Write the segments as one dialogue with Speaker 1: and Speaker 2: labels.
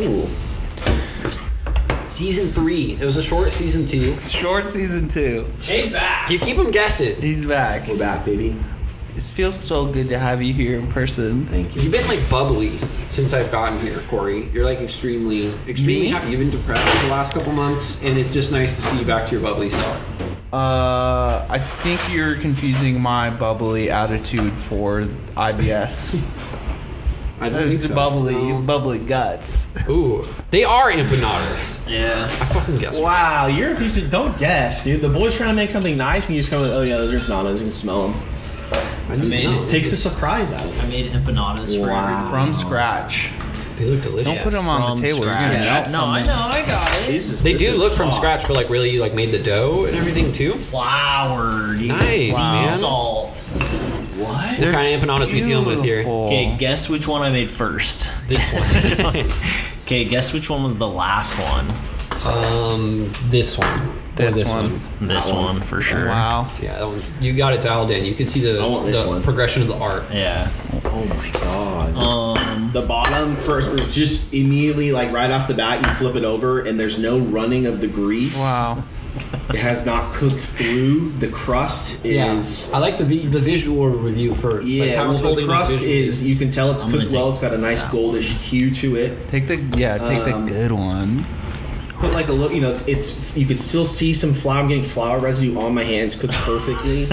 Speaker 1: Ooh. Season three. It was a short season two.
Speaker 2: Short season two.
Speaker 3: Shane's back.
Speaker 1: You keep them guessing.
Speaker 2: He's back.
Speaker 4: We're back, baby.
Speaker 2: It feels so good to have you here in person.
Speaker 4: Thank you.
Speaker 1: You've been like bubbly since I've gotten here, Corey. You're like extremely, extremely
Speaker 2: Me?
Speaker 1: happy. You've been depressed the last couple months, and it's just nice to see you back to your bubbly self.
Speaker 2: Uh, I think you're confusing my bubbly attitude for IBS.
Speaker 1: I don't
Speaker 2: These
Speaker 1: think so.
Speaker 2: are bubbly,
Speaker 1: No.
Speaker 2: bubbly guts.
Speaker 1: Ooh, they are empanadas.
Speaker 3: Yeah.
Speaker 1: I fucking guess.
Speaker 4: Wow, you're a piece of. Don't guess, dude. The boy's trying to make something nice, and you just come. Oh yeah, those are bananas. You can smell them.
Speaker 1: I didn't
Speaker 3: mean,
Speaker 1: know.
Speaker 3: it
Speaker 4: Takes the surprise out of it.
Speaker 3: I made empanadas for everyone.
Speaker 2: From scratch.
Speaker 1: They look delicious.
Speaker 2: Don't put them on the table. You're gonna
Speaker 4: scratch.
Speaker 2: melt
Speaker 3: No, I
Speaker 2: something.
Speaker 3: know, I got it.
Speaker 4: This is-
Speaker 1: They
Speaker 4: this
Speaker 1: do
Speaker 4: is
Speaker 1: look from
Speaker 4: hot.
Speaker 1: scratch, but like really, you like made the dough and everything too.
Speaker 3: Flour, dude.
Speaker 1: Nice,
Speaker 3: Sea
Speaker 1: man.
Speaker 3: salt.
Speaker 4: What? Oh,
Speaker 1: What kind of empanadas we dealing with here?
Speaker 2: Beautiful.
Speaker 3: Okay, guess which one I made first.
Speaker 1: This one.
Speaker 3: Okay, guess which one was the last one.
Speaker 1: um, this one. Or
Speaker 2: This one.
Speaker 3: This one. for sure.
Speaker 2: Wow.
Speaker 1: Yeah, that one's, you got it dialed in. You can see the,
Speaker 4: I want this
Speaker 1: the
Speaker 4: one.
Speaker 1: progression of the art.
Speaker 3: Yeah.
Speaker 4: Oh my god.
Speaker 3: Um.
Speaker 4: the bottom first, it's just immediately like right off the bat, you flip it over, and there's no running of the grease.
Speaker 2: Wow.
Speaker 4: It has not cooked through. The crust is.
Speaker 1: I like the vi- the visual review first.
Speaker 4: Yeah,
Speaker 1: like how it's
Speaker 4: well, the
Speaker 1: holding
Speaker 4: crust
Speaker 1: visually.
Speaker 4: is. You can tell it's
Speaker 3: I'm gonna
Speaker 4: cooked well.
Speaker 3: take-
Speaker 4: It's got a nice goldish hue to it.
Speaker 2: Take the yeah. Take
Speaker 4: Um,
Speaker 2: the good one.
Speaker 4: Put like a little, you know, it's, it's you could still see some flour. I'm getting flour residue on my hands, cooked perfectly.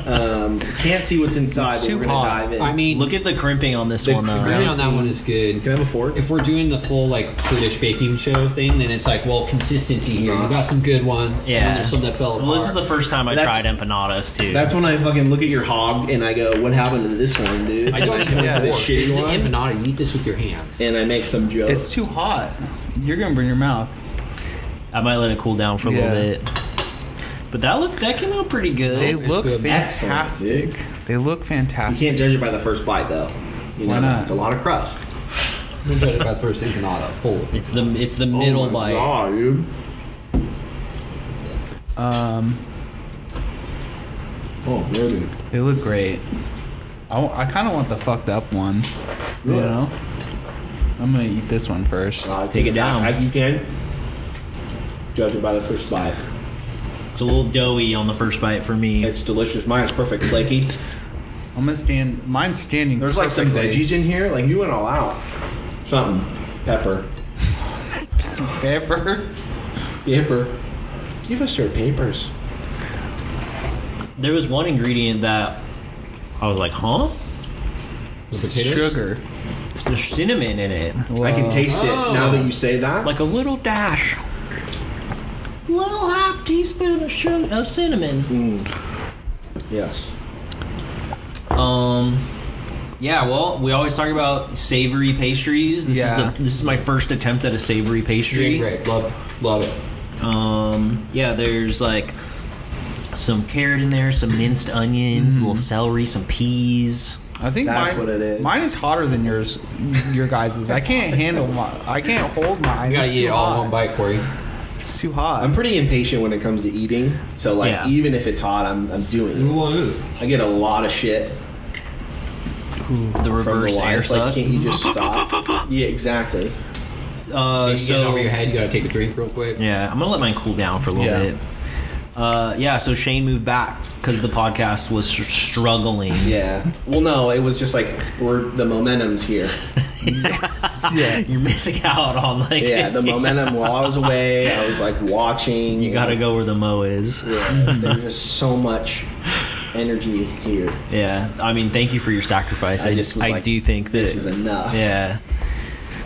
Speaker 4: um, can't see what's inside.
Speaker 2: It's
Speaker 4: but
Speaker 2: too
Speaker 4: we're gonna
Speaker 2: hot.
Speaker 4: dive in.
Speaker 1: I mean,
Speaker 3: Look at the crimping on this
Speaker 1: the
Speaker 3: one. though.
Speaker 1: creme on that one is good.
Speaker 4: can I have a fork?
Speaker 1: if we're doing the full like British baking show thing, then it's like, well, consistency here. You got some good ones. And
Speaker 3: Yeah.
Speaker 1: then there's some that fell apart.
Speaker 3: Well, this is the first time I
Speaker 4: That's-
Speaker 3: tried empanadas too.
Speaker 4: That's when I fucking look at your hog and I go, "What happened to this one, dude?"
Speaker 1: I don't
Speaker 4: And
Speaker 1: even know what to
Speaker 4: point to this
Speaker 1: work. This
Speaker 4: shitty
Speaker 1: is an
Speaker 4: one,
Speaker 1: empanada. You eat this with your hands.
Speaker 4: and I make some joke.
Speaker 2: It's too hot. You're gonna burn your mouth.
Speaker 3: I might let it cool down for a
Speaker 2: Yeah.
Speaker 3: little bit. But that looked that came out pretty good.
Speaker 2: They look
Speaker 1: good.
Speaker 4: Excellent,
Speaker 2: fantastic. They look
Speaker 4: you can't
Speaker 2: fantastic.
Speaker 4: judge it by the first bite, though. You know,
Speaker 2: Why not?
Speaker 4: It's a lot of crust.
Speaker 1: I'm gonna judge it by the first empanada. Full.
Speaker 3: it's the it's the middle
Speaker 4: oh my
Speaker 3: bite.
Speaker 4: God, dude.
Speaker 2: Um,
Speaker 4: Oh, baby.
Speaker 2: they look great. I, kind of want the fucked up one. You
Speaker 4: Yeah.
Speaker 2: know, I'm gonna eat this one first.
Speaker 4: Uh, take it down. I, you can judge it by the first bite.
Speaker 3: It's a little doughy on the first bite for me.
Speaker 4: It's delicious. Mine's perfect flaky.
Speaker 2: I'm gonna stand. Mine's standing.
Speaker 4: There's like some
Speaker 2: perfectly.
Speaker 4: veggies in here. Like you went all out. Something. Pepper.
Speaker 2: Some pepper.
Speaker 4: Paper. Give us your papers.
Speaker 3: There was one ingredient that I was like, huh?
Speaker 1: potatoes?
Speaker 2: Sugar.
Speaker 3: There's cinnamon in it,
Speaker 4: I
Speaker 2: Whoa.
Speaker 4: can taste
Speaker 1: Oh.
Speaker 4: it now that you say that.
Speaker 3: like a little dash, little half teaspoon of sugar, of cinnamon.
Speaker 4: yes.
Speaker 3: Um, yeah. Well, we always talk about savory pastries. This
Speaker 2: Yeah.
Speaker 3: is the this is my first attempt at a savory pastry.
Speaker 1: Yeah, great. Love, love it.
Speaker 3: Um, yeah, there's like some carrot in there, some minced onions, a little celery, some peas.
Speaker 2: I think
Speaker 4: That's
Speaker 2: mine,
Speaker 4: what it is.
Speaker 2: Mine is hotter than yours, your guys's. I can't handle my. I can't hold mine.
Speaker 1: You gotta
Speaker 2: It's
Speaker 1: eat
Speaker 2: too
Speaker 1: it all in
Speaker 2: hot.
Speaker 1: one bite, Corey.
Speaker 2: It's too hot.
Speaker 4: I'm pretty impatient when it comes to eating. So like
Speaker 3: Yeah.
Speaker 4: even if it's hot, I'm I'm doing it. I get a lot of shit
Speaker 3: The
Speaker 4: from the
Speaker 3: reverse air
Speaker 4: wife. Like,
Speaker 3: suck.
Speaker 4: can't you just stop? yeah, exactly.
Speaker 3: Uh,
Speaker 1: you get it
Speaker 3: so
Speaker 1: over your head. You gotta take a drink real quick.
Speaker 3: yeah, I'm gonna let mine cool down for a little
Speaker 2: Yeah.
Speaker 3: bit. Uh, yeah, so Shane moved back because the podcast was str- struggling.
Speaker 4: Yeah. Well, no, it was just like we're the momentum's here.
Speaker 2: yeah.
Speaker 3: You're missing out on like
Speaker 4: Yeah, the momentum. While I was away, I was like watching.
Speaker 3: you gotta go where the mo is.
Speaker 4: Yeah, there's just so much energy here.
Speaker 3: Yeah, I mean, thank you for your sacrifice. I,
Speaker 4: I just was
Speaker 3: I
Speaker 4: like,
Speaker 3: do think that
Speaker 4: This is enough.
Speaker 3: Yeah.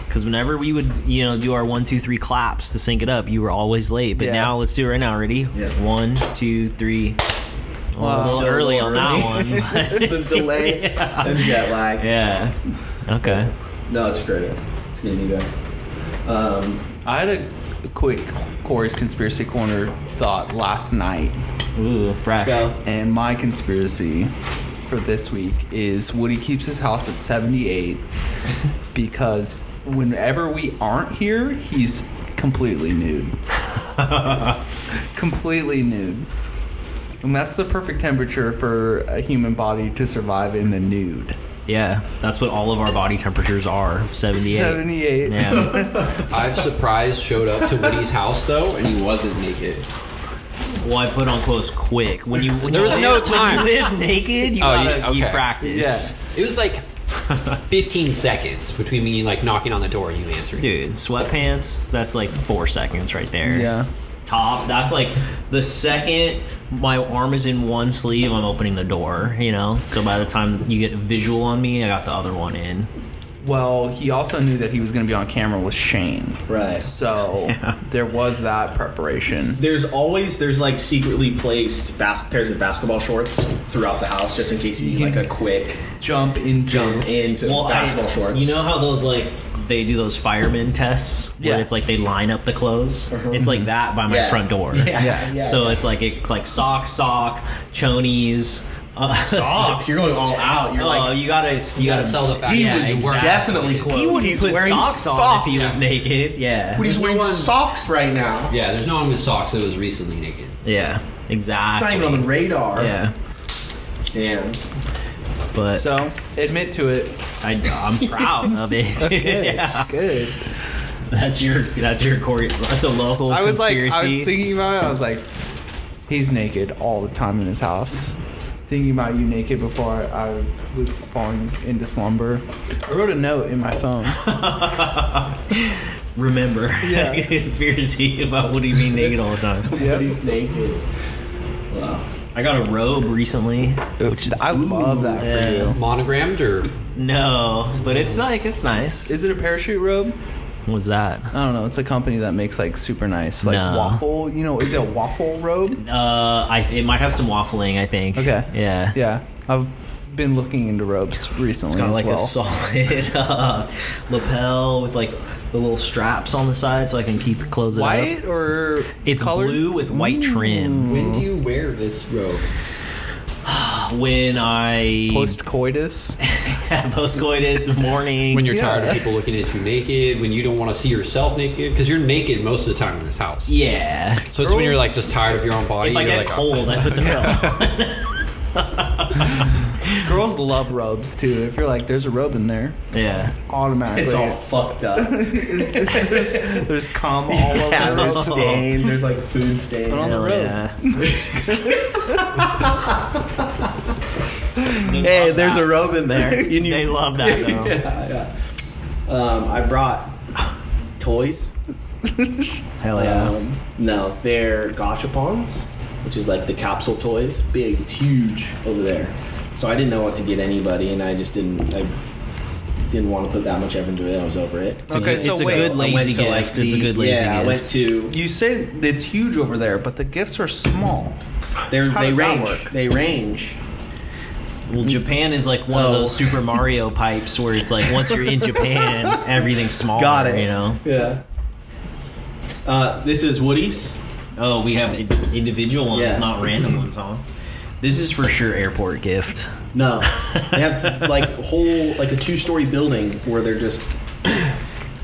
Speaker 3: Because whenever we would, you know, do our one, two, three claps to sync it up, you were always late. But
Speaker 2: Yeah.
Speaker 3: now let's do it right now. Ready?
Speaker 4: Yeah.
Speaker 3: One, two, three. Well,
Speaker 2: Wow.
Speaker 3: a little
Speaker 4: Still
Speaker 3: early on that
Speaker 4: early.
Speaker 3: one.
Speaker 4: the delay and jet lag.
Speaker 3: yeah. Okay.
Speaker 4: No, it's great. It's gonna be good. Um,
Speaker 2: I had a quick Corey's conspiracy corner thought last night,
Speaker 3: Ooh, fresh.
Speaker 4: go.
Speaker 2: and my conspiracy for this week is Woody keeps his house at 78 because whenever we aren't here, he's completely nude. completely nude. And that's the perfect temperature for a human body to survive in the nude.
Speaker 3: Yeah, that's what all of our body temperatures are. Seventy-eight.
Speaker 2: 78.
Speaker 3: Yeah.
Speaker 1: I've surprised showed up to Woody's house though, and he wasn't naked.
Speaker 3: well, I put on clothes quick. When you when
Speaker 5: There
Speaker 3: you
Speaker 5: was no
Speaker 3: live, when
Speaker 5: time.
Speaker 3: you live naked, you
Speaker 1: Oh,
Speaker 3: gotta
Speaker 1: yeah,
Speaker 3: you
Speaker 1: okay.
Speaker 3: practice.
Speaker 2: Yeah.
Speaker 5: It was like 15 seconds between me like knocking on the door and you answering.
Speaker 3: Dude, sweatpants, that's like four seconds right there.
Speaker 2: Yeah.
Speaker 3: Top, that's like the second my arm is in one sleeve, I'm opening the door, you know? So by the time you get a visual on me, I got the other one in.
Speaker 2: Well, he also knew that he was going to be on camera with Shane.
Speaker 4: Right.
Speaker 2: So there was that preparation.
Speaker 4: There's always there's like secretly placed bas- pairs of basketball shorts throughout the house just in case you need like a quick
Speaker 2: Jump into
Speaker 4: jump into basketball shorts.
Speaker 3: You know how those like they do those fireman tests where
Speaker 2: Yeah.
Speaker 3: it's like they line up the clothes. It's like that by my
Speaker 4: Uh-huh. Yeah.
Speaker 3: front door.
Speaker 2: Yeah.
Speaker 3: So it's like it's like sock, sock, chonies, uh,
Speaker 4: socks. You're going all out. You're
Speaker 3: Oh,
Speaker 4: like
Speaker 3: you gotta you
Speaker 5: You gotta
Speaker 3: gotta
Speaker 5: sell the fact
Speaker 4: he
Speaker 5: that
Speaker 4: was
Speaker 5: they were
Speaker 4: definitely
Speaker 5: out.
Speaker 4: close.
Speaker 3: He wouldn't put
Speaker 2: wearing
Speaker 3: socks, on
Speaker 2: socks.
Speaker 3: if he was naked. Yeah.
Speaker 4: But he's wearing
Speaker 5: one-
Speaker 4: socks right now.
Speaker 5: Yeah, there's no one with socks that was recently naked.
Speaker 3: Yeah.
Speaker 4: It's
Speaker 3: Exactly.
Speaker 4: not even on the radar.
Speaker 3: yeah.
Speaker 4: Damn.
Speaker 3: But
Speaker 2: So admit to it.
Speaker 3: I, I'm proud of it. yeah.
Speaker 2: Good.
Speaker 3: That's your that's your core. That's a local
Speaker 2: I was like,
Speaker 3: conspiracy.
Speaker 2: I was thinking about it. I was like, he's naked all the time in his house. Thinking about you naked before I, I was falling into slumber. I wrote a note in my phone.
Speaker 3: Remember,
Speaker 2: Yeah.
Speaker 3: conspiracy about what do you mean naked all the time?
Speaker 2: Yep.
Speaker 4: He's naked. Wow.
Speaker 3: I got a robe recently. Which is,
Speaker 2: I love that for
Speaker 3: yeah.
Speaker 2: you.
Speaker 5: Monogrammed or
Speaker 3: no, but it's like Mm. it's nice.
Speaker 2: Is it a parachute robe?
Speaker 3: What's that?
Speaker 2: I don't know. It's a company that makes like super nice, like
Speaker 3: No.
Speaker 2: waffle. You know, is it a waffle robe?
Speaker 3: Uh, I it might have some waffling. I think.
Speaker 2: Okay.
Speaker 3: Yeah.
Speaker 2: Yeah, I've been looking into robes recently
Speaker 3: It's got
Speaker 2: as
Speaker 3: like
Speaker 2: well.
Speaker 3: a solid uh, lapel with like the little straps on the side, so I can keep close it up.
Speaker 2: White or
Speaker 3: It's
Speaker 2: colored? Mm.
Speaker 3: blue with white trim.
Speaker 5: when do you wear this robe?
Speaker 3: When I
Speaker 2: post coitus.
Speaker 3: post coitus morning,
Speaker 5: When you're
Speaker 2: Yeah.
Speaker 5: tired of people looking at you naked, when you don't want to see yourself naked, because you're naked most of the time in this house.
Speaker 3: yeah.
Speaker 5: So it's when you're like just tired of your own body.
Speaker 3: If I
Speaker 5: you're
Speaker 3: get
Speaker 5: like, "Oh,
Speaker 3: cold, I put the pillow.
Speaker 2: Girls love robes too. If you're like, there's a robe in there,
Speaker 3: yeah.
Speaker 2: automatically
Speaker 4: It's all fucked up.
Speaker 2: there's, there's cum all over
Speaker 3: Yeah,
Speaker 2: the
Speaker 3: there's
Speaker 2: robe.
Speaker 4: stains. There's like food stains.
Speaker 2: on the
Speaker 3: Hell
Speaker 2: road.
Speaker 3: yeah.
Speaker 4: Hey, there's a robe in there. And you-
Speaker 3: They love that though.
Speaker 4: yeah, yeah. Um, I brought toys.
Speaker 3: Hell Oh, yeah.
Speaker 4: Um, no, they're gachapons, which is like the capsule toys. Big, it's huge over there. So I didn't know what to get anybody, and I just didn't. I didn't want to put that much effort into it. I was over it.
Speaker 3: a
Speaker 2: Okay,
Speaker 3: good-
Speaker 2: so
Speaker 3: it's a
Speaker 2: wait.
Speaker 3: good
Speaker 4: I
Speaker 3: lazy
Speaker 4: went to,
Speaker 3: gift. It's a good lazy
Speaker 4: yeah, I
Speaker 3: gift.
Speaker 4: went to.
Speaker 2: You say it's huge over there, but the gifts are small.
Speaker 4: They're,
Speaker 2: How
Speaker 4: they
Speaker 2: does that
Speaker 4: range.
Speaker 2: work?
Speaker 4: They range.
Speaker 3: Well, Japan is like one of
Speaker 4: Oh.
Speaker 3: those Super Mario pipes where it's like once you're in Japan, everything's smaller.
Speaker 4: Got it.
Speaker 3: You know.
Speaker 4: Yeah. Uh, this is Woody's.
Speaker 3: Oh, we have i- individual ones,
Speaker 4: Yeah.
Speaker 3: not random ones, huh? This is for sure airport gift.
Speaker 4: No, they have like whole like a two story building where they're just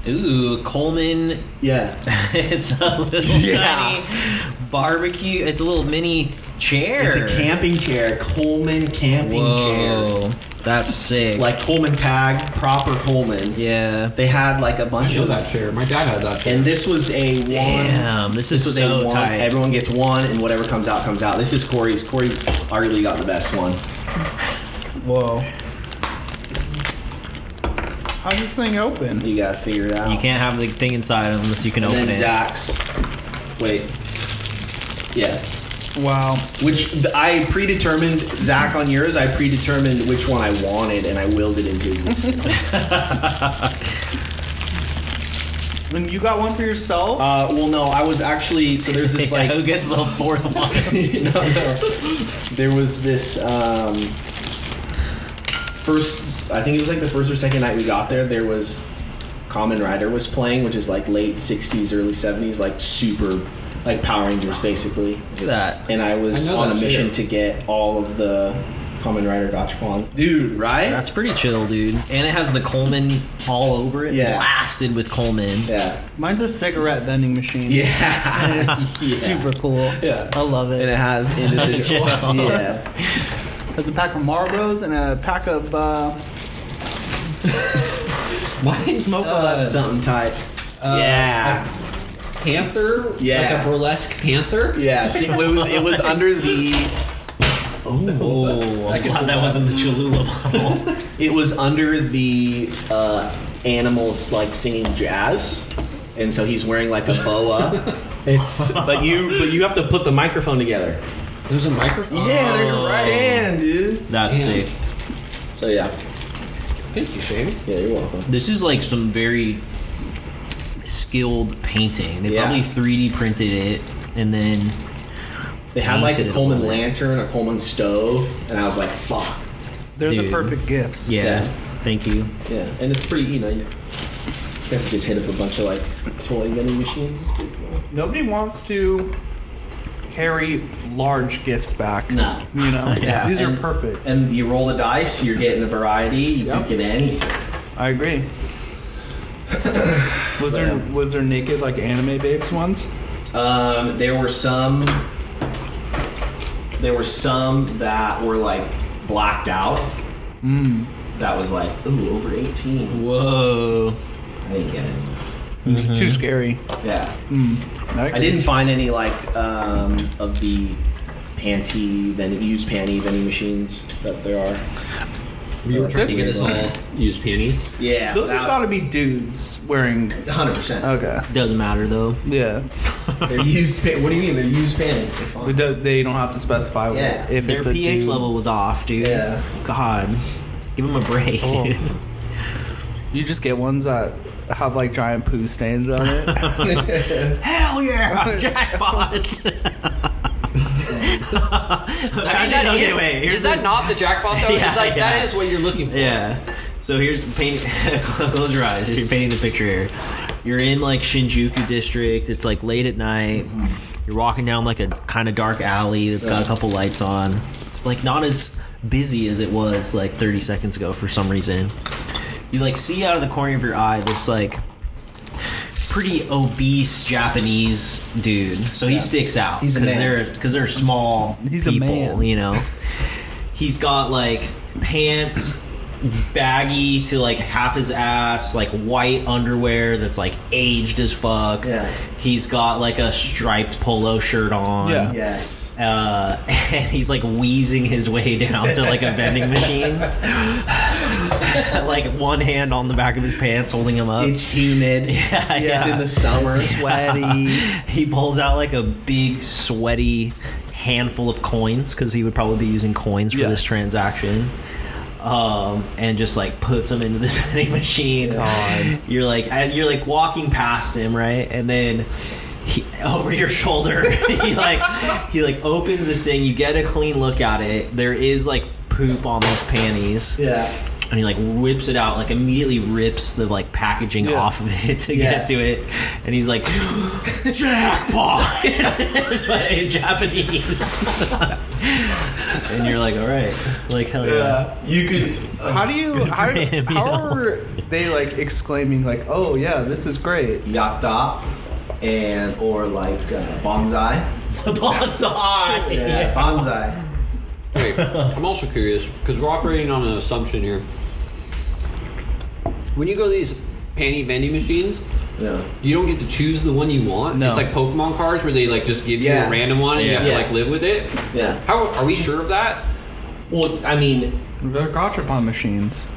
Speaker 3: Ooh, Coleman.
Speaker 4: yeah.
Speaker 3: it's a little
Speaker 4: Yeah.
Speaker 3: tiny barbecue. It's a little mini chair.
Speaker 4: It's a camping chair, Coleman camping chair,
Speaker 3: Whoa, that's sick.
Speaker 4: like Coleman tag, proper Coleman.
Speaker 3: yeah.
Speaker 4: They had like a
Speaker 5: I
Speaker 4: bunch
Speaker 5: know
Speaker 4: of
Speaker 5: that chair. My dad had that chair.
Speaker 4: And this was a one.
Speaker 3: Damn, this is
Speaker 4: was
Speaker 3: so
Speaker 4: a one.
Speaker 3: tight.
Speaker 4: Everyone gets one, and whatever comes out comes out. This is Corey's. Corey arguably got the best one.
Speaker 2: Whoa. How's this thing open?
Speaker 4: You gotta figure it out.
Speaker 3: You can't have the thing inside unless you can
Speaker 4: And
Speaker 3: open
Speaker 4: then
Speaker 3: it.
Speaker 4: Zach's. Wait. Yeah.
Speaker 2: Wow.
Speaker 4: Which th- I predetermined, Zach on yours, I predetermined which one I wanted and I willed it into existence.
Speaker 2: And you got one for yourself?
Speaker 4: uh, well, no, I was actually, so there's this like,
Speaker 3: who gets the fourth one?
Speaker 4: no, no. There was this um, first. I think it was like the first or second night we got there. There was Common Rider was playing, which is like late '60s, early '70s, like super, like Power Rangers basically.
Speaker 3: Look at that.
Speaker 4: And I was
Speaker 5: I know
Speaker 4: on a
Speaker 5: that shit.
Speaker 4: mission to get all of the Common Rider Gachapon, dude. Right?
Speaker 3: That's pretty chill, dude. And it has the Coleman all over it,
Speaker 4: Yeah.
Speaker 3: blasted with Coleman.
Speaker 4: yeah,
Speaker 2: Mine's a cigarette vending machine.
Speaker 4: yeah.
Speaker 2: And it's
Speaker 4: Yeah.
Speaker 2: super cool.
Speaker 4: Yeah.
Speaker 2: I love it.
Speaker 4: And it has individual.
Speaker 3: Chill.
Speaker 4: yeah.
Speaker 2: There's a pack of Marlboros and a pack of uh,
Speaker 4: Smoke a
Speaker 5: uh,
Speaker 4: lab something tight. Uh, yeah,
Speaker 5: Panther?
Speaker 4: Yeah.
Speaker 5: Like a burlesque panther?
Speaker 4: yeah. See, it was it was under the
Speaker 3: Oh, I'm glad that wasn't the Cholula bottle.
Speaker 4: it was under the uh, animals like singing jazz, and so he's wearing like a boa. it's but you but you have to put the microphone together.
Speaker 5: There's a microphone?
Speaker 4: Yeah, there's a stand, dude.
Speaker 3: That's
Speaker 5: Damn.
Speaker 3: sick.
Speaker 4: So yeah,
Speaker 5: Thank you, Shane.
Speaker 4: yeah, you're welcome.
Speaker 3: This is like some very skilled painting. They
Speaker 4: Yeah.
Speaker 3: probably 3D printed it and then
Speaker 4: They had like
Speaker 3: Painted
Speaker 4: a
Speaker 3: it
Speaker 4: Coleman
Speaker 3: a little.
Speaker 4: lantern, a Coleman stove, and I was like, fuck.
Speaker 2: They're
Speaker 3: Dude.
Speaker 2: the perfect gifts.
Speaker 3: yeah,
Speaker 4: Yeah.
Speaker 3: thank you.
Speaker 4: Yeah, and it's pretty, you know, you have to just hit up a bunch of like toy vending machines. It's pretty cool.
Speaker 2: Nobody wants to carry large gifts back.
Speaker 4: No.
Speaker 2: You know?
Speaker 3: Yeah.
Speaker 2: These are
Speaker 4: And-
Speaker 2: perfect.
Speaker 4: And you roll the dice, you're getting a variety, you
Speaker 2: Yep.
Speaker 4: can get anything.
Speaker 2: I agree. was there
Speaker 4: Yeah.
Speaker 2: was there naked like anime babes ones?
Speaker 4: Um, there were some. There were some that were like blacked out.
Speaker 2: Mm.
Speaker 4: That was like ooh over eighteen.
Speaker 3: Whoa.
Speaker 4: I didn't get any.
Speaker 2: Too scary. Hmm.
Speaker 4: Yeah, Mm-hmm. I
Speaker 2: I
Speaker 4: didn't find any like um, of the panty vending used panty vending machines that there are.
Speaker 5: We were
Speaker 2: Uh,
Speaker 5: trying to get
Speaker 2: that's-
Speaker 5: us all used panties.
Speaker 4: Yeah,
Speaker 2: Those have got to be dudes wearing.
Speaker 4: hundred percent.
Speaker 2: Okay.
Speaker 3: Doesn't matter though.
Speaker 2: Yeah.
Speaker 3: Oh.
Speaker 4: They're used. Pa- what do you mean they're used panty? They're fine.
Speaker 2: It does. They don't have to specify
Speaker 4: Yeah.
Speaker 2: if
Speaker 3: Their
Speaker 2: it's a
Speaker 3: pH
Speaker 2: dude.
Speaker 3: level was off, dude.
Speaker 4: Yeah.
Speaker 3: God. Give them a break.
Speaker 2: Oh.
Speaker 3: dude.
Speaker 2: You just get ones that have like giant poo stains on it.
Speaker 3: Hell yeah! Jackpot! Imagine,
Speaker 1: that
Speaker 3: okay,
Speaker 1: is-
Speaker 3: wait, here's
Speaker 1: is that not the jackpot though?
Speaker 3: Yeah,
Speaker 1: it's like
Speaker 3: yeah.
Speaker 1: that is what you're looking for.
Speaker 3: Yeah. So here's paint. close your eyes. You're painting the picture here. You're in like Shinjuku district. It's like late at night. You're walking down like a kind of dark alley that's got a couple lights on. It's like not as busy as it was like 30 seconds ago for some reason. You like see out of the corner of your eye this like pretty obese Japanese dude. So he sticks out
Speaker 4: He's a man.
Speaker 3: they're because they're small
Speaker 2: He's a
Speaker 3: people.
Speaker 2: man.
Speaker 3: You know, he's got like pants baggy to like half his ass, like white underwear that's like aged as fuck.
Speaker 4: Yeah.
Speaker 3: He's got like a striped polo shirt on.
Speaker 2: Yeah.
Speaker 4: Yes.
Speaker 3: Uh, and he's like wheezing his way down to like a vending machine. like one hand on the back of his pants holding him up.
Speaker 4: It's
Speaker 3: Uh,
Speaker 4: humid.
Speaker 3: yeah,
Speaker 4: It's in the summer.
Speaker 2: Sweaty.
Speaker 3: he pulls out like a big sweaty handful of coins because he would probably be using coins for this
Speaker 2: Yes.
Speaker 3: transaction um, and just like puts them into this vending machine
Speaker 2: God.
Speaker 3: you're like and you're like walking past him right and then he, over your shoulder he like he like opens this thing you get a clean look at it there is like poop on these panties
Speaker 4: Yeah.
Speaker 3: and he like whips it out like immediately rips the like packaging
Speaker 2: Yeah.
Speaker 3: off of it to
Speaker 4: Yeah.
Speaker 3: get to it and he's like jackpot But in japanese and you're like all right like hell yeah,
Speaker 4: Uh, You could.
Speaker 2: How do you? How,
Speaker 3: for him, you
Speaker 2: how
Speaker 3: know?
Speaker 2: are they like exclaiming like, "Oh yeah, this is great"?
Speaker 4: Yatta and or like uh, bonsai.
Speaker 3: the bonsai
Speaker 4: bonsai.
Speaker 1: Wait, I'm also curious because we're operating on an assumption here. When you go to these panty vending machines,
Speaker 4: Yeah.
Speaker 1: you don't get to choose the one you want.
Speaker 2: No.
Speaker 1: It's like Pokemon cards where they like just give you
Speaker 4: Yeah.
Speaker 1: a random one and you have
Speaker 4: Yeah.
Speaker 1: to like live with it.
Speaker 4: Yeah.
Speaker 1: How are we sure of that?
Speaker 4: Well, I mean,
Speaker 2: They're gachapon machines.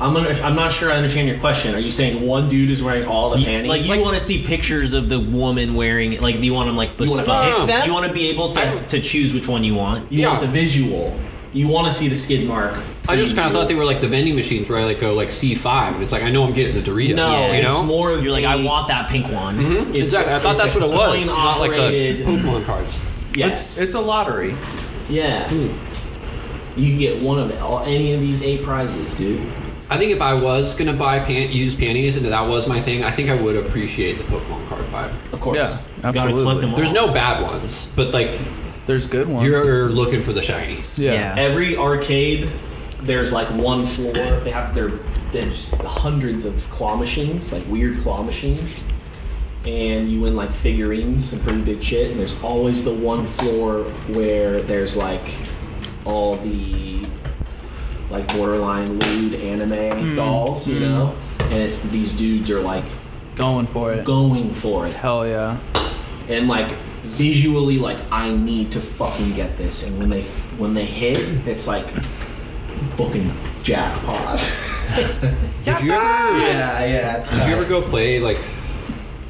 Speaker 4: I'm gonna, I'm not sure I understand your question. Are you saying one dude is wearing all the panties?
Speaker 3: like you want to see pictures of the woman wearing it. like do you want them like bespoke?
Speaker 1: pick
Speaker 4: them?
Speaker 3: you want to be able to,
Speaker 1: I-
Speaker 3: to choose which one you want
Speaker 4: You want
Speaker 1: Yeah.
Speaker 4: the visual. You want to see the skid mark.
Speaker 1: I just kind of thought they were like the vending machines where I like go like C5 and it's like I know I'm getting the Doritos.
Speaker 4: No,
Speaker 1: you know?
Speaker 4: it's more of
Speaker 3: you're like
Speaker 4: the- Mm-hmm.
Speaker 3: i want that pink one
Speaker 1: Mhm. Exactly. I thought
Speaker 4: it's
Speaker 1: that's
Speaker 4: a
Speaker 1: what it was.
Speaker 4: coin
Speaker 1: It's Not like the
Speaker 4: operated-
Speaker 1: Pokemon cards.
Speaker 4: Yes.
Speaker 2: It's a lottery.
Speaker 4: yeah.
Speaker 1: Hmm.
Speaker 4: You can get one of all, any of these eight prizes, dude.
Speaker 1: I think if I was gonna buy pant used panties and that was my thing, I think I would appreciate the Pokemon card vibe.
Speaker 4: Of course.
Speaker 2: Yeah,
Speaker 3: you gotta collect them
Speaker 2: absolutely.
Speaker 3: all.
Speaker 1: There's no bad ones, but like
Speaker 2: There's good ones.
Speaker 1: you're looking for the shinies.
Speaker 2: yeah.
Speaker 3: Yeah.
Speaker 4: Every arcade, there's like one floor. They have their there's hundreds of claw machines, like weird claw machines, and you win like figurines and pretty big shit. And there's always the one floor where there's like all the like borderline lewd anime dolls, you know? And it's these dudes are like
Speaker 2: Going for it.
Speaker 4: going for it.
Speaker 2: Hell yeah.
Speaker 4: And like visually like I need to fucking get this. And when they when they hit, it's like fucking jackpot.
Speaker 5: If you ever,
Speaker 4: yeah, yeah, it's
Speaker 1: Did you
Speaker 4: tough.
Speaker 1: ever go play like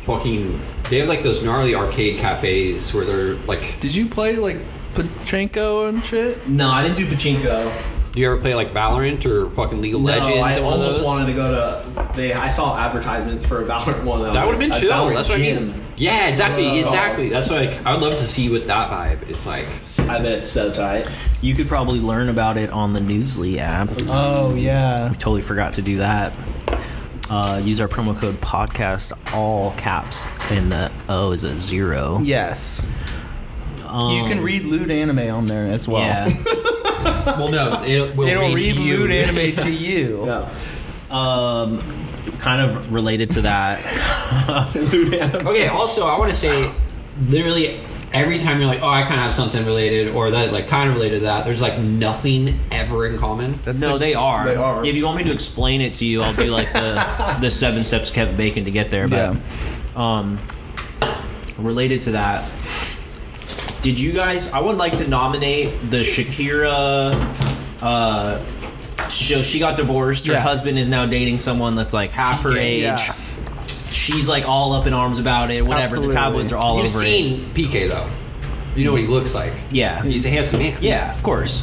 Speaker 1: fucking? They have like those gnarly arcade cafes where they're like.
Speaker 2: Did you play like Pachinko and shit?
Speaker 4: No, I didn't do pachinko.
Speaker 1: Do you ever play like Valorant or fucking League of Legends?
Speaker 4: No, I
Speaker 1: and one of
Speaker 4: almost
Speaker 1: those?
Speaker 4: wanted to go to. They, I saw advertisements for a Valorant one.
Speaker 1: That would have been
Speaker 4: a
Speaker 1: chill.
Speaker 4: Valorant
Speaker 1: That's what I
Speaker 4: gym.
Speaker 1: mean. Yeah, exactly,
Speaker 4: That's what it's
Speaker 1: exactly. That's what like I would love to see what that vibe is like.
Speaker 4: I bet it's so tight.
Speaker 3: You could probably learn about it on the Newsly app. We
Speaker 2: Oh yeah.
Speaker 3: totally forgot to do that. Uh, use our promo code podcast, all caps, and the O is a zero.
Speaker 2: Yes.
Speaker 3: Um,
Speaker 2: you can read lewd anime on there as well.
Speaker 3: Yeah.
Speaker 1: Well, no, it will
Speaker 2: It'll read
Speaker 1: you.
Speaker 2: lewd anime to you.
Speaker 4: No,
Speaker 3: um, kind of related to that.
Speaker 1: Okay. Also, I want to say, literally every time you're like, oh, I kind of have something related or that like kind of related to that. There's like nothing ever in common.
Speaker 2: That's
Speaker 3: no,
Speaker 2: the-
Speaker 3: they are.
Speaker 2: They are.
Speaker 3: If you want me to explain it to you, I'll be like the the seven steps Kevin Bacon to get there. But um, related to that, did you guys? I would like to nominate the Shakira. Uh, so she got divorced. Her
Speaker 2: Yes.
Speaker 3: husband is now dating someone that's like half her age.
Speaker 2: Yeah.
Speaker 3: She's like all up in arms about it. Whatever.
Speaker 2: Absolutely.
Speaker 3: The tabloids are all
Speaker 1: You've
Speaker 3: over it.
Speaker 1: seen PK though. You know what he looks like.
Speaker 3: Yeah.
Speaker 1: He's a handsome man.
Speaker 3: Yeah, of course.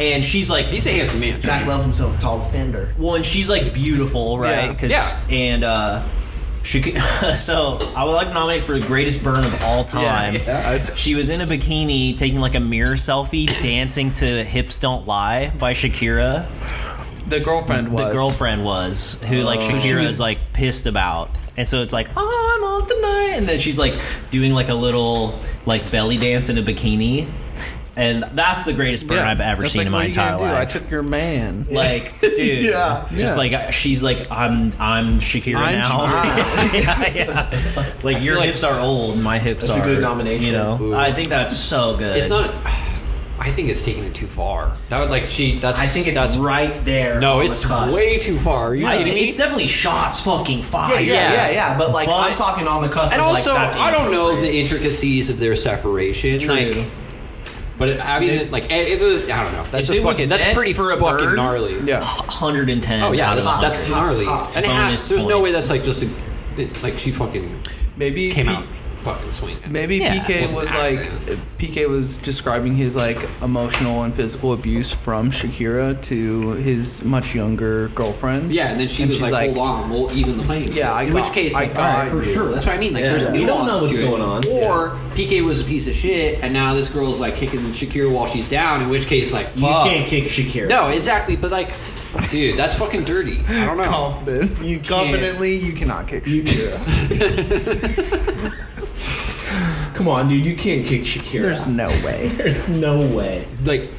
Speaker 3: And she's like,
Speaker 1: He's a handsome man.
Speaker 4: Zach Love himself, tall defender.
Speaker 3: Well, and she's like beautiful, right?
Speaker 2: Yeah.
Speaker 3: 'Cause-
Speaker 1: Yeah.
Speaker 3: And uh, she could, so I would like to nominate for the greatest burn of all time.
Speaker 2: yeah, it's-
Speaker 3: She was in a bikini taking like a mirror selfie, dancing to "Hips Don't Lie" by Shakira.
Speaker 2: the girlfriend was Oh.
Speaker 3: The girlfriend was who like
Speaker 2: So she
Speaker 3: Shakira
Speaker 2: was-
Speaker 3: is like pissed about. And so it's like, oh, I'm on tonight. And then she's like doing like a little like belly dance in a bikini. And that's the greatest burn I've ever
Speaker 2: That's
Speaker 3: seen
Speaker 2: like,
Speaker 3: in my
Speaker 2: what are you gonna
Speaker 3: entire
Speaker 2: do?
Speaker 3: life.
Speaker 2: I took your man.
Speaker 3: Like, dude,
Speaker 4: Yeah.
Speaker 3: just
Speaker 2: Yeah.
Speaker 3: like uh, she's like, I'm, I'm Shakira
Speaker 2: I'm
Speaker 3: now. yeah, yeah. Like your hips are old, my hips
Speaker 4: That's a
Speaker 3: are.
Speaker 4: good nomination.
Speaker 3: You know,
Speaker 1: Ooh.
Speaker 3: I think that's so good.
Speaker 1: It's not. I think it's taking it too far. That would like she. That's.
Speaker 4: I think it's
Speaker 1: that's
Speaker 4: right there.
Speaker 1: No,
Speaker 4: on
Speaker 1: it's
Speaker 4: the cusp.
Speaker 1: way too far. Are you
Speaker 3: I-
Speaker 1: kidding me?
Speaker 3: it's definitely shots fucking
Speaker 4: Yeah,
Speaker 3: fire.
Speaker 4: yeah, yeah, yeah, But like,
Speaker 3: But-
Speaker 4: I'm talking on the cusp.
Speaker 1: and
Speaker 4: of,
Speaker 1: also,
Speaker 4: like, that's
Speaker 1: I don't know the
Speaker 4: inappropriate.
Speaker 1: intricacies of their separation. Like, but it, I mean, it, like eh, it, it was. I don't know. That's
Speaker 3: If
Speaker 1: just
Speaker 3: it was
Speaker 1: fucking. That's
Speaker 3: meant
Speaker 1: pretty
Speaker 3: for a
Speaker 1: fucking
Speaker 3: bird-
Speaker 1: gnarly.
Speaker 2: Yeah.
Speaker 3: 110.
Speaker 1: Oh yeah,
Speaker 3: out of
Speaker 1: that's, that's
Speaker 4: Top,
Speaker 1: gnarly.
Speaker 4: top,
Speaker 1: and it
Speaker 3: bonus
Speaker 1: has, there's no
Speaker 3: points.
Speaker 1: way that's like just a. It, like she fucking
Speaker 2: Maybe
Speaker 1: came
Speaker 2: P-
Speaker 1: out fucking swinging.
Speaker 2: Maybe
Speaker 3: Yeah.
Speaker 2: PK
Speaker 1: Wasn't
Speaker 2: was
Speaker 1: an
Speaker 2: like
Speaker 1: accident.
Speaker 2: PK was describing his like emotional and physical abuse from Shakira to his much younger girlfriend.
Speaker 1: Yeah, and then she
Speaker 2: And
Speaker 1: was
Speaker 2: she's
Speaker 1: like,
Speaker 2: like-
Speaker 1: "Hold on, we'll even the playing."
Speaker 2: Yeah, I
Speaker 1: in
Speaker 2: got-
Speaker 1: which case,
Speaker 2: I
Speaker 1: like,
Speaker 2: got
Speaker 1: alright,
Speaker 2: you.
Speaker 1: for sure. That's what I mean. Like,
Speaker 4: Yeah.
Speaker 1: there's
Speaker 4: We don't know
Speaker 1: nuance
Speaker 4: what's
Speaker 1: to it.
Speaker 4: going on.
Speaker 1: Or PK was a piece of shit, and now this girl's like kicking Shakira while she's down. In which case, like,
Speaker 4: You
Speaker 1: fuck.
Speaker 4: can't kick Shakira.
Speaker 1: No, exactly. But like, dude, that's fucking dirty. I don't know.
Speaker 2: confident. You confidently you cannot kick
Speaker 4: You
Speaker 2: Shakira.
Speaker 4: Come on, dude. You can't kick Shakira.
Speaker 2: There's no way.
Speaker 4: There's no way,
Speaker 1: Like,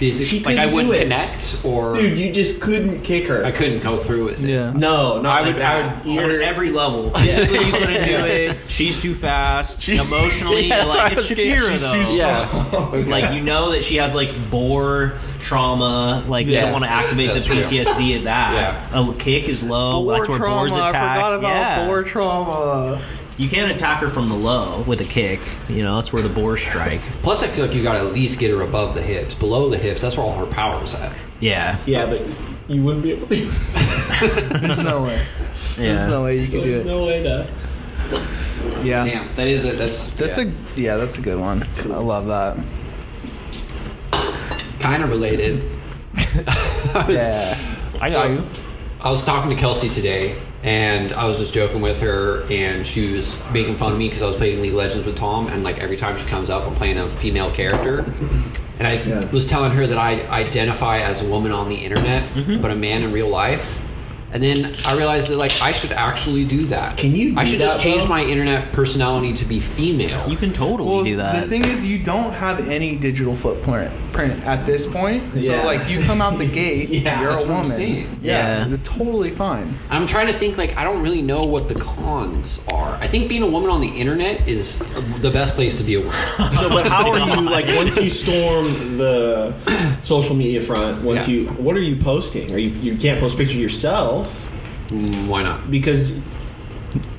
Speaker 1: is it-
Speaker 4: She
Speaker 1: like I
Speaker 4: couldn't do
Speaker 1: wouldn't
Speaker 4: it.
Speaker 1: connect, or
Speaker 4: dude. You just couldn't kick her.
Speaker 1: I couldn't go through with it.
Speaker 2: Yeah.
Speaker 4: No, not
Speaker 1: I would-
Speaker 4: Like
Speaker 1: I
Speaker 4: that.
Speaker 1: would-
Speaker 4: You're-
Speaker 3: On every level. Physically, you couldn't do it. She's too fast. Emotionally,
Speaker 2: Yeah,
Speaker 3: you're
Speaker 2: that's what
Speaker 3: like, it's
Speaker 2: I was getting-
Speaker 3: Shakira,
Speaker 2: she's
Speaker 3: though.
Speaker 2: too
Speaker 1: Yeah.
Speaker 3: Like you know that she has like bore trauma. Like you
Speaker 2: Yeah.
Speaker 3: don't want to activate the
Speaker 1: That's true.
Speaker 3: PTSD at that. A kick is low.
Speaker 2: Bore
Speaker 3: that's where bore's
Speaker 2: trauma. I
Speaker 3: attack.
Speaker 2: forgot about
Speaker 3: yeah.
Speaker 2: bore trauma.
Speaker 3: You can't attack her from the low with a kick. You know that's where the bores strike.
Speaker 1: Plus, I feel like you got to at least get her above the hips, below the hips. That's where all her power's at.
Speaker 3: Yeah.
Speaker 4: Yeah, but you wouldn't be able to.
Speaker 2: There's no way. There's no way you can do
Speaker 4: There's
Speaker 2: it.
Speaker 4: no way to.
Speaker 2: yeah.
Speaker 1: Damn, that is a that's
Speaker 2: That's
Speaker 1: yeah.
Speaker 2: a yeah. That's a good one. I love that.
Speaker 1: kind of related. I was,
Speaker 2: Yeah.
Speaker 3: I
Speaker 1: got you. I was talking to Kelsey today, and I was just joking with her, and she was making fun of me because I was playing League of Legends with Tom, and like every time she comes up, I'm playing a female character, and I
Speaker 4: Yeah.
Speaker 1: was telling her that I identify as a woman on the internet, but a man in real life. And then I realized that like I should actually do that.
Speaker 4: Can you
Speaker 1: I
Speaker 4: do
Speaker 1: should
Speaker 4: that,
Speaker 1: just change
Speaker 4: though?
Speaker 1: my internet personality to be female.
Speaker 3: You can totally
Speaker 2: Well,
Speaker 3: do that.
Speaker 2: the thing is, you don't have any digital footprint print at this point.
Speaker 4: Yeah.
Speaker 2: So, like, you come out the gate,
Speaker 4: Yeah,
Speaker 2: you're a
Speaker 1: that's what I'm
Speaker 2: woman.
Speaker 1: saying.
Speaker 2: yeah,
Speaker 3: Yeah.
Speaker 2: it's totally fine.
Speaker 1: I'm trying to think like I don't really know what the cons are. I think being a woman on the internet is uh, the best place to be a woman.
Speaker 4: So, but how are you like once you storm the social media front? Once
Speaker 1: Yeah.
Speaker 4: you, what are you posting? Are you you can't post pictures of yourself
Speaker 1: Mm, Why not?
Speaker 4: because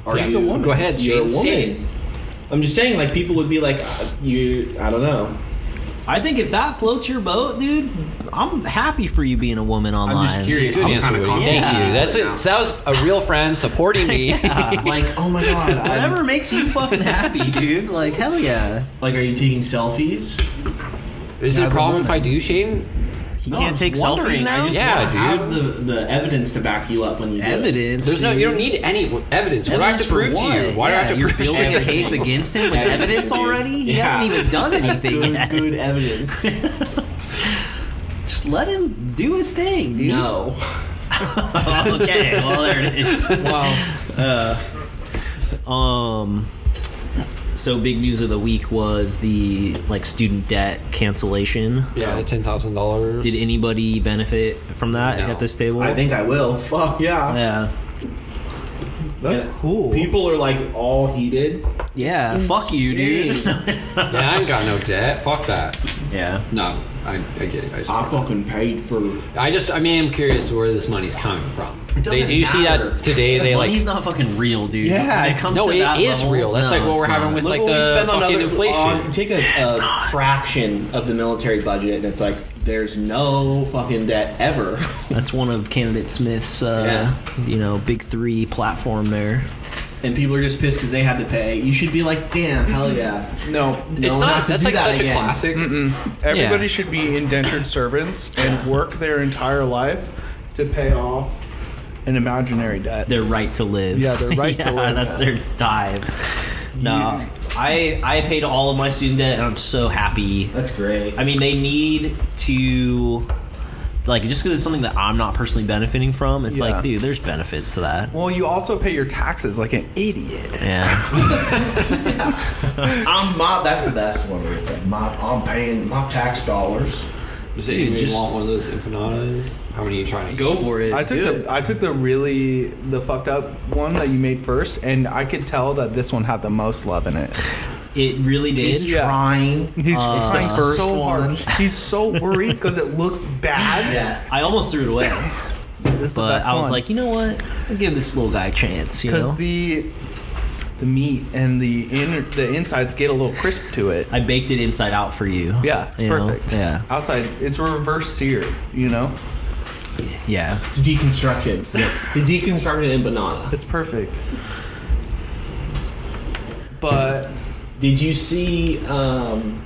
Speaker 4: are
Speaker 1: Yeah.
Speaker 4: you a woman?
Speaker 1: Go ahead,
Speaker 4: you're a
Speaker 1: Shane.
Speaker 4: woman.
Speaker 1: Say it.
Speaker 4: I'm just saying, like people would be like, uh, you. I don't know.
Speaker 3: I think if that floats your boat, dude, I'm happy for you being a woman online.
Speaker 4: I'm just curious.
Speaker 1: Good
Speaker 4: I'm
Speaker 1: answer,
Speaker 4: kinda
Speaker 1: Woody.
Speaker 4: confident.
Speaker 1: Thank
Speaker 3: Yeah.
Speaker 1: you. That's it. So that was a real friend supporting me.
Speaker 4: Like, oh my god, I'm-
Speaker 3: Whatever makes you fucking happy, dude. Like hell yeah.
Speaker 4: Like, are you taking selfies?
Speaker 1: Is it a
Speaker 2: As a
Speaker 1: problem if
Speaker 2: woman.
Speaker 1: I do, Shane?
Speaker 3: You
Speaker 4: No, I'm
Speaker 3: can't
Speaker 4: just
Speaker 3: take
Speaker 4: wondering.
Speaker 3: selfies
Speaker 4: I
Speaker 3: now.
Speaker 4: just
Speaker 1: Yeah,
Speaker 4: wanna
Speaker 1: dude.
Speaker 4: Have the, the evidence to back you up when you do it.
Speaker 3: Evidence.
Speaker 1: There's no.
Speaker 3: dude.
Speaker 1: You don't need any w- evidence. What do I have to
Speaker 3: Evidence for
Speaker 1: prove to you?
Speaker 3: what?
Speaker 1: Why
Speaker 3: Yeah,
Speaker 1: do I have to
Speaker 3: You're
Speaker 1: prove to
Speaker 3: building
Speaker 1: you?
Speaker 3: a case against him with evidence
Speaker 4: dude.
Speaker 3: already? He
Speaker 4: Yeah.
Speaker 3: hasn't even done anything
Speaker 4: Good,
Speaker 3: yet.
Speaker 4: good evidence.
Speaker 3: Just let him do his thing, dude.
Speaker 4: no.
Speaker 3: okay, well there it is. Wow. Uh, um. So big news of the week was the like student debt cancellation.
Speaker 1: Yeah, ten thousand dollars.
Speaker 3: Did anybody benefit from that
Speaker 1: No.
Speaker 3: at this table?
Speaker 4: I think I will. Fuck yeah.
Speaker 3: Yeah.
Speaker 2: That's cool.
Speaker 4: People are like all heated.
Speaker 3: Yeah.
Speaker 4: It's
Speaker 3: fuck you,
Speaker 4: insane.
Speaker 3: dude.
Speaker 1: Yeah, I ain't got no debt. Fuck that.
Speaker 3: yeah.
Speaker 1: No, I, I get it. I just,
Speaker 4: I fucking paid for.
Speaker 1: I just, I mean, I'm curious where this money's coming from.
Speaker 4: It doesn't
Speaker 1: They do you see
Speaker 4: matter.
Speaker 1: that today. They like.
Speaker 3: money's not fucking real, dude.
Speaker 4: Yeah,
Speaker 3: When it
Speaker 4: it's-
Speaker 3: comes
Speaker 1: No,
Speaker 3: to
Speaker 1: it
Speaker 3: that
Speaker 1: is
Speaker 3: level-
Speaker 1: real. That's
Speaker 3: no,
Speaker 1: like what we're
Speaker 3: it's
Speaker 1: having
Speaker 3: not.
Speaker 1: with
Speaker 4: Look
Speaker 1: like
Speaker 4: what we
Speaker 1: the
Speaker 4: spend on
Speaker 1: fucking
Speaker 4: other-
Speaker 1: inflation.
Speaker 4: on- take a, a
Speaker 3: not.
Speaker 4: fraction of the military budget, and it's like there's no fucking debt ever.
Speaker 3: That's one of candidate Smith's, uh, you know, big three platform there.
Speaker 4: and people are just pissed because they had to pay. You should be like, damn, hell yeah.
Speaker 2: No,
Speaker 4: No
Speaker 1: it's
Speaker 4: one
Speaker 1: not.
Speaker 4: has to
Speaker 1: That's
Speaker 4: do
Speaker 1: like
Speaker 4: that
Speaker 1: such
Speaker 4: again.
Speaker 1: a classic.
Speaker 2: Everybody
Speaker 3: Yeah.
Speaker 2: should be indentured servants and work their entire life to pay off an imaginary debt.
Speaker 3: Their right to live.
Speaker 2: Yeah, their right to
Speaker 3: Yeah,
Speaker 2: live.
Speaker 3: That's their dive. No, I I paid all of my student debt, and I'm so happy.
Speaker 4: That's great.
Speaker 3: I mean, they need to. Like just because it's something that I'm not personally benefiting from, it's
Speaker 2: Yeah.
Speaker 3: like, dude, there's benefits to that.
Speaker 2: well, you also pay your taxes like an idiot.
Speaker 3: Yeah,
Speaker 4: I'm my. That's the best one. Where it's like my. I'm paying my tax dollars.
Speaker 1: Does anybody
Speaker 3: just-
Speaker 1: want one of those empanadas? How many are you trying to eat?
Speaker 3: for it.
Speaker 2: I took
Speaker 4: Good.
Speaker 2: the I took the really the fucked up one that you made first, and I could tell that this one had the most love in it.
Speaker 3: It really did.
Speaker 4: He's
Speaker 2: Yeah.
Speaker 4: trying.
Speaker 2: He's
Speaker 3: uh,
Speaker 4: It's the
Speaker 2: trying
Speaker 4: first
Speaker 2: so
Speaker 4: one.
Speaker 2: hard. He's so worried because it looks bad.
Speaker 4: Yeah.
Speaker 3: I almost threw it away,
Speaker 2: This is the
Speaker 3: but
Speaker 2: best
Speaker 3: I was
Speaker 2: one.
Speaker 3: like, you know what? I'll give this little guy a chance. You know,
Speaker 2: because the the meat and the inner the insides get a little crisp to it.
Speaker 3: I baked it inside out for you.
Speaker 2: yeah, it's
Speaker 3: you know?
Speaker 2: perfect.
Speaker 3: Yeah,
Speaker 2: outside it's a reverse sear. You know,
Speaker 3: yeah.
Speaker 4: It's deconstructed. It's deconstructed in banana.
Speaker 2: it's perfect. But
Speaker 4: Did you see um,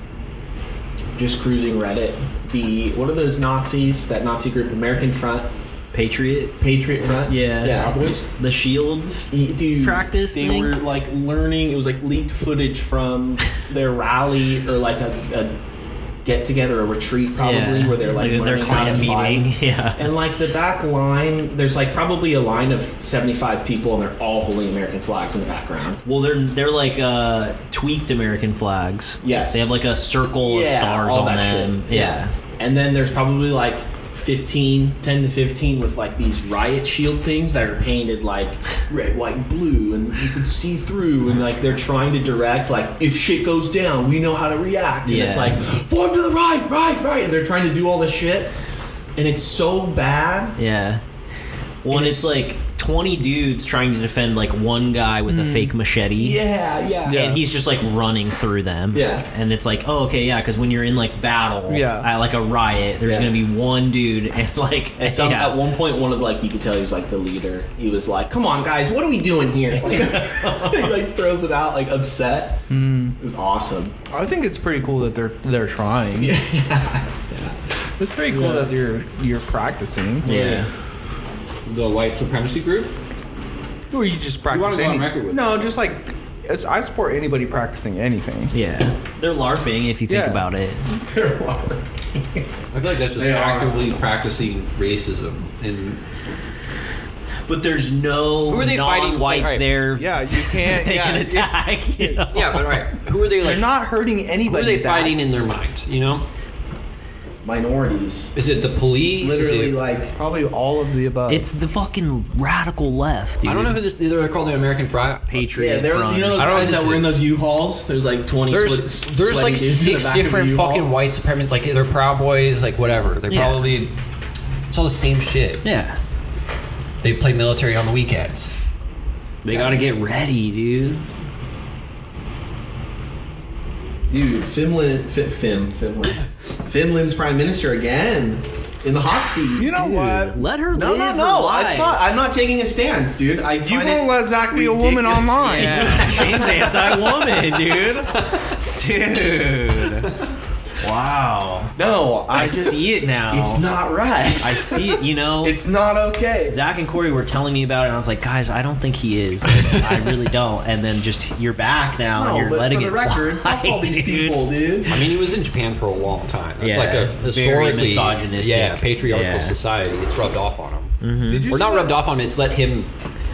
Speaker 4: just cruising Reddit? The what are those Nazis? That Nazi group, American Front,
Speaker 3: Patriot.
Speaker 4: Patriot Front.
Speaker 3: Yeah,
Speaker 4: yeah.
Speaker 3: The shield.
Speaker 4: He- Dude,
Speaker 3: Practice
Speaker 4: They
Speaker 3: thing?
Speaker 4: were like learning. It was like leaked footage from their rally or like a, a get together, a retreat probably,
Speaker 3: Yeah.
Speaker 4: where they're like,
Speaker 3: their
Speaker 4: learning how
Speaker 3: client
Speaker 4: to fight.
Speaker 3: meeting. Yeah.
Speaker 4: And like the back line, there's like probably a line of 75 people, and they're all holding American flags in the background.
Speaker 3: Well, they're they're like uh, tweaked American flags.
Speaker 4: Yes.
Speaker 3: They have like a circle of stars
Speaker 4: all
Speaker 3: on
Speaker 4: that
Speaker 3: them.
Speaker 4: shit.
Speaker 3: Yeah.
Speaker 4: And then there's probably like 15, 10 to 15 with like these riot shield things that are painted like red, white, and blue, and you can see through, and like they're trying to direct, like, if shit goes down, we know how to react. And it's
Speaker 3: Yeah.
Speaker 4: like, form to the right, right, right. And they're trying to do all this shit. And it's so bad.
Speaker 3: Yeah. Well, and
Speaker 4: And
Speaker 3: it's,
Speaker 4: it's-
Speaker 3: like twenty dudes trying to defend like one guy with
Speaker 2: Mm.
Speaker 3: a fake machete.
Speaker 4: Yeah, yeah.
Speaker 2: Yeah.
Speaker 3: And he's just like running through them.
Speaker 4: Yeah.
Speaker 3: And it's like, oh, okay, yeah, because when you're in like battle,
Speaker 2: Yeah.
Speaker 3: at like a riot, there's
Speaker 4: Yeah.
Speaker 3: gonna be one dude and like,
Speaker 4: And some,
Speaker 3: yeah.
Speaker 4: at one point, one of like you could tell he was like the leader. He was like, "Come on, guys, what are we doing here?" he like throws it out, like upset. It was awesome.
Speaker 2: I think it's pretty cool that they're they're trying.
Speaker 4: Yeah.
Speaker 2: It's pretty cool
Speaker 4: Yeah.
Speaker 2: that you're you're practicing.
Speaker 3: yeah.
Speaker 1: The white supremacy group.
Speaker 2: Or you just
Speaker 1: wanna
Speaker 2: practice
Speaker 1: go on
Speaker 2: any-
Speaker 1: record with
Speaker 2: No, just like it's- I support anybody practicing anything.
Speaker 3: Yeah. They're LARPing if you think
Speaker 2: Yeah.
Speaker 3: about it.
Speaker 1: I feel like that's just
Speaker 4: They are.
Speaker 1: actively practicing racism and
Speaker 3: but there's no
Speaker 1: Who are they fighting?
Speaker 3: non-whites
Speaker 1: Right.
Speaker 3: there.
Speaker 2: Yeah, you can't.
Speaker 3: they
Speaker 2: yeah,
Speaker 3: can
Speaker 2: you-
Speaker 3: attack. You know?
Speaker 1: Yeah, but all right. Who are they
Speaker 2: They're
Speaker 1: like?
Speaker 2: not hurting
Speaker 1: who
Speaker 2: anybody.
Speaker 1: are they fighting in their mind? You know,
Speaker 4: minorities.
Speaker 1: is it the police? Is
Speaker 4: Literally,
Speaker 1: it-
Speaker 4: like
Speaker 2: Probably all of the above.
Speaker 3: It's the fucking radical left, dude.
Speaker 1: I don't know who this. They're called the American Pride.
Speaker 3: Patriot
Speaker 4: yeah, there.
Speaker 3: Front.
Speaker 4: You know those
Speaker 1: I don't
Speaker 4: guys
Speaker 1: know
Speaker 4: that
Speaker 1: who
Speaker 4: were in
Speaker 1: this is.
Speaker 4: those U-Hauls. There's like twenty. sweat-
Speaker 1: There's there's
Speaker 4: sweaty
Speaker 1: like
Speaker 4: dudes in the
Speaker 1: six
Speaker 4: back of the
Speaker 1: different
Speaker 4: U-Haul.
Speaker 1: fucking white supremacist. Like they're Proud Boys, like whatever. They're
Speaker 3: Yeah.
Speaker 1: probably it's all the same shit.
Speaker 3: yeah,
Speaker 1: They play military on the weekends.
Speaker 3: they gotta get ready, dude.
Speaker 4: Dude, Finland, Fi Fim, Finland, Finland's prime minister again in the hot seat.
Speaker 2: You know
Speaker 3: Dude,
Speaker 2: what?
Speaker 3: let her
Speaker 4: no,
Speaker 3: live
Speaker 4: no,
Speaker 3: her
Speaker 4: no!
Speaker 3: life.
Speaker 4: It's not, I'm not taking a stance, dude. I
Speaker 2: You won't let Zach be a woman online.
Speaker 3: Yeah, Shane's anti-woman, dude. Dude. Wow.
Speaker 4: No, I
Speaker 3: I
Speaker 4: just
Speaker 3: see it now.
Speaker 4: it's not right.
Speaker 3: I see it. You know,
Speaker 4: It's not okay.
Speaker 3: Zach and Corey were telling me about it, and I was like, guys, I don't think he is. Like, I really don't. And then just you're back now, and
Speaker 4: No,
Speaker 3: you're
Speaker 4: but
Speaker 3: letting
Speaker 4: for the
Speaker 3: it
Speaker 4: record,
Speaker 3: fly,
Speaker 4: fuck all these
Speaker 3: dude.
Speaker 4: people, dude.
Speaker 1: I mean, he was in Japan for a long time. That's
Speaker 3: Yeah,
Speaker 1: like a
Speaker 3: very
Speaker 1: historically
Speaker 3: misogynistic.
Speaker 1: yeah, patriarchal
Speaker 3: Yeah. Mm-hmm.
Speaker 1: society. It's rubbed off on him.
Speaker 2: Did you
Speaker 1: Or
Speaker 2: see
Speaker 1: not
Speaker 2: that-
Speaker 1: rubbed off on him. It's let him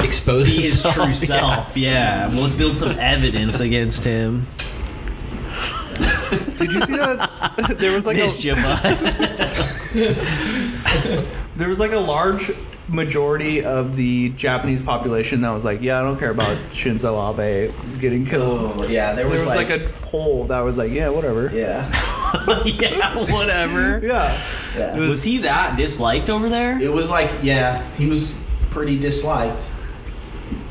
Speaker 1: expose
Speaker 3: He is
Speaker 1: himself.
Speaker 3: true self. Yeah. Well, let's build some evidence against him.
Speaker 2: Did you see that? there was like a,
Speaker 3: Missed you, bud.
Speaker 2: there was like a large majority of the Japanese population that was like, yeah, I don't care about Shinzo Abe getting killed.
Speaker 4: Oh, yeah, there
Speaker 2: there
Speaker 4: was,
Speaker 2: was like, a poll that was like, yeah, whatever.
Speaker 4: yeah,
Speaker 3: yeah. Whatever.
Speaker 2: Yeah.
Speaker 4: yeah.
Speaker 3: Was, he that disliked over there?
Speaker 4: It was like yeah, he was pretty disliked.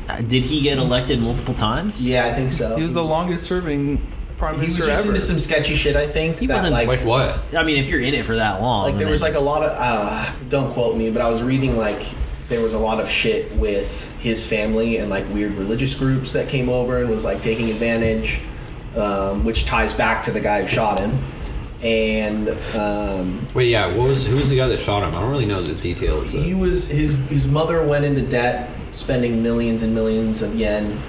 Speaker 3: Uh, Did he get elected multiple times?
Speaker 4: Yeah, I think so.
Speaker 2: He was the longest serving prime
Speaker 4: He was
Speaker 2: minister
Speaker 4: just
Speaker 2: ever.
Speaker 4: into some sketchy shit. I think
Speaker 3: He
Speaker 4: that,
Speaker 3: wasn't-
Speaker 4: like
Speaker 1: Like what?
Speaker 3: I mean, if you're in it for that long,
Speaker 4: like there
Speaker 3: then-
Speaker 4: was like a lot of uh, don't quote me but i was reading like there was a lot of shit with his family and like weird religious groups that came over and was like taking advantage um, which ties back to the guy who shot him and um,
Speaker 1: Wait, yeah. What was who was the guy that shot him? I don't really know the details.
Speaker 4: he
Speaker 1: Of.
Speaker 4: was his his mother went into debt spending millions and millions of yen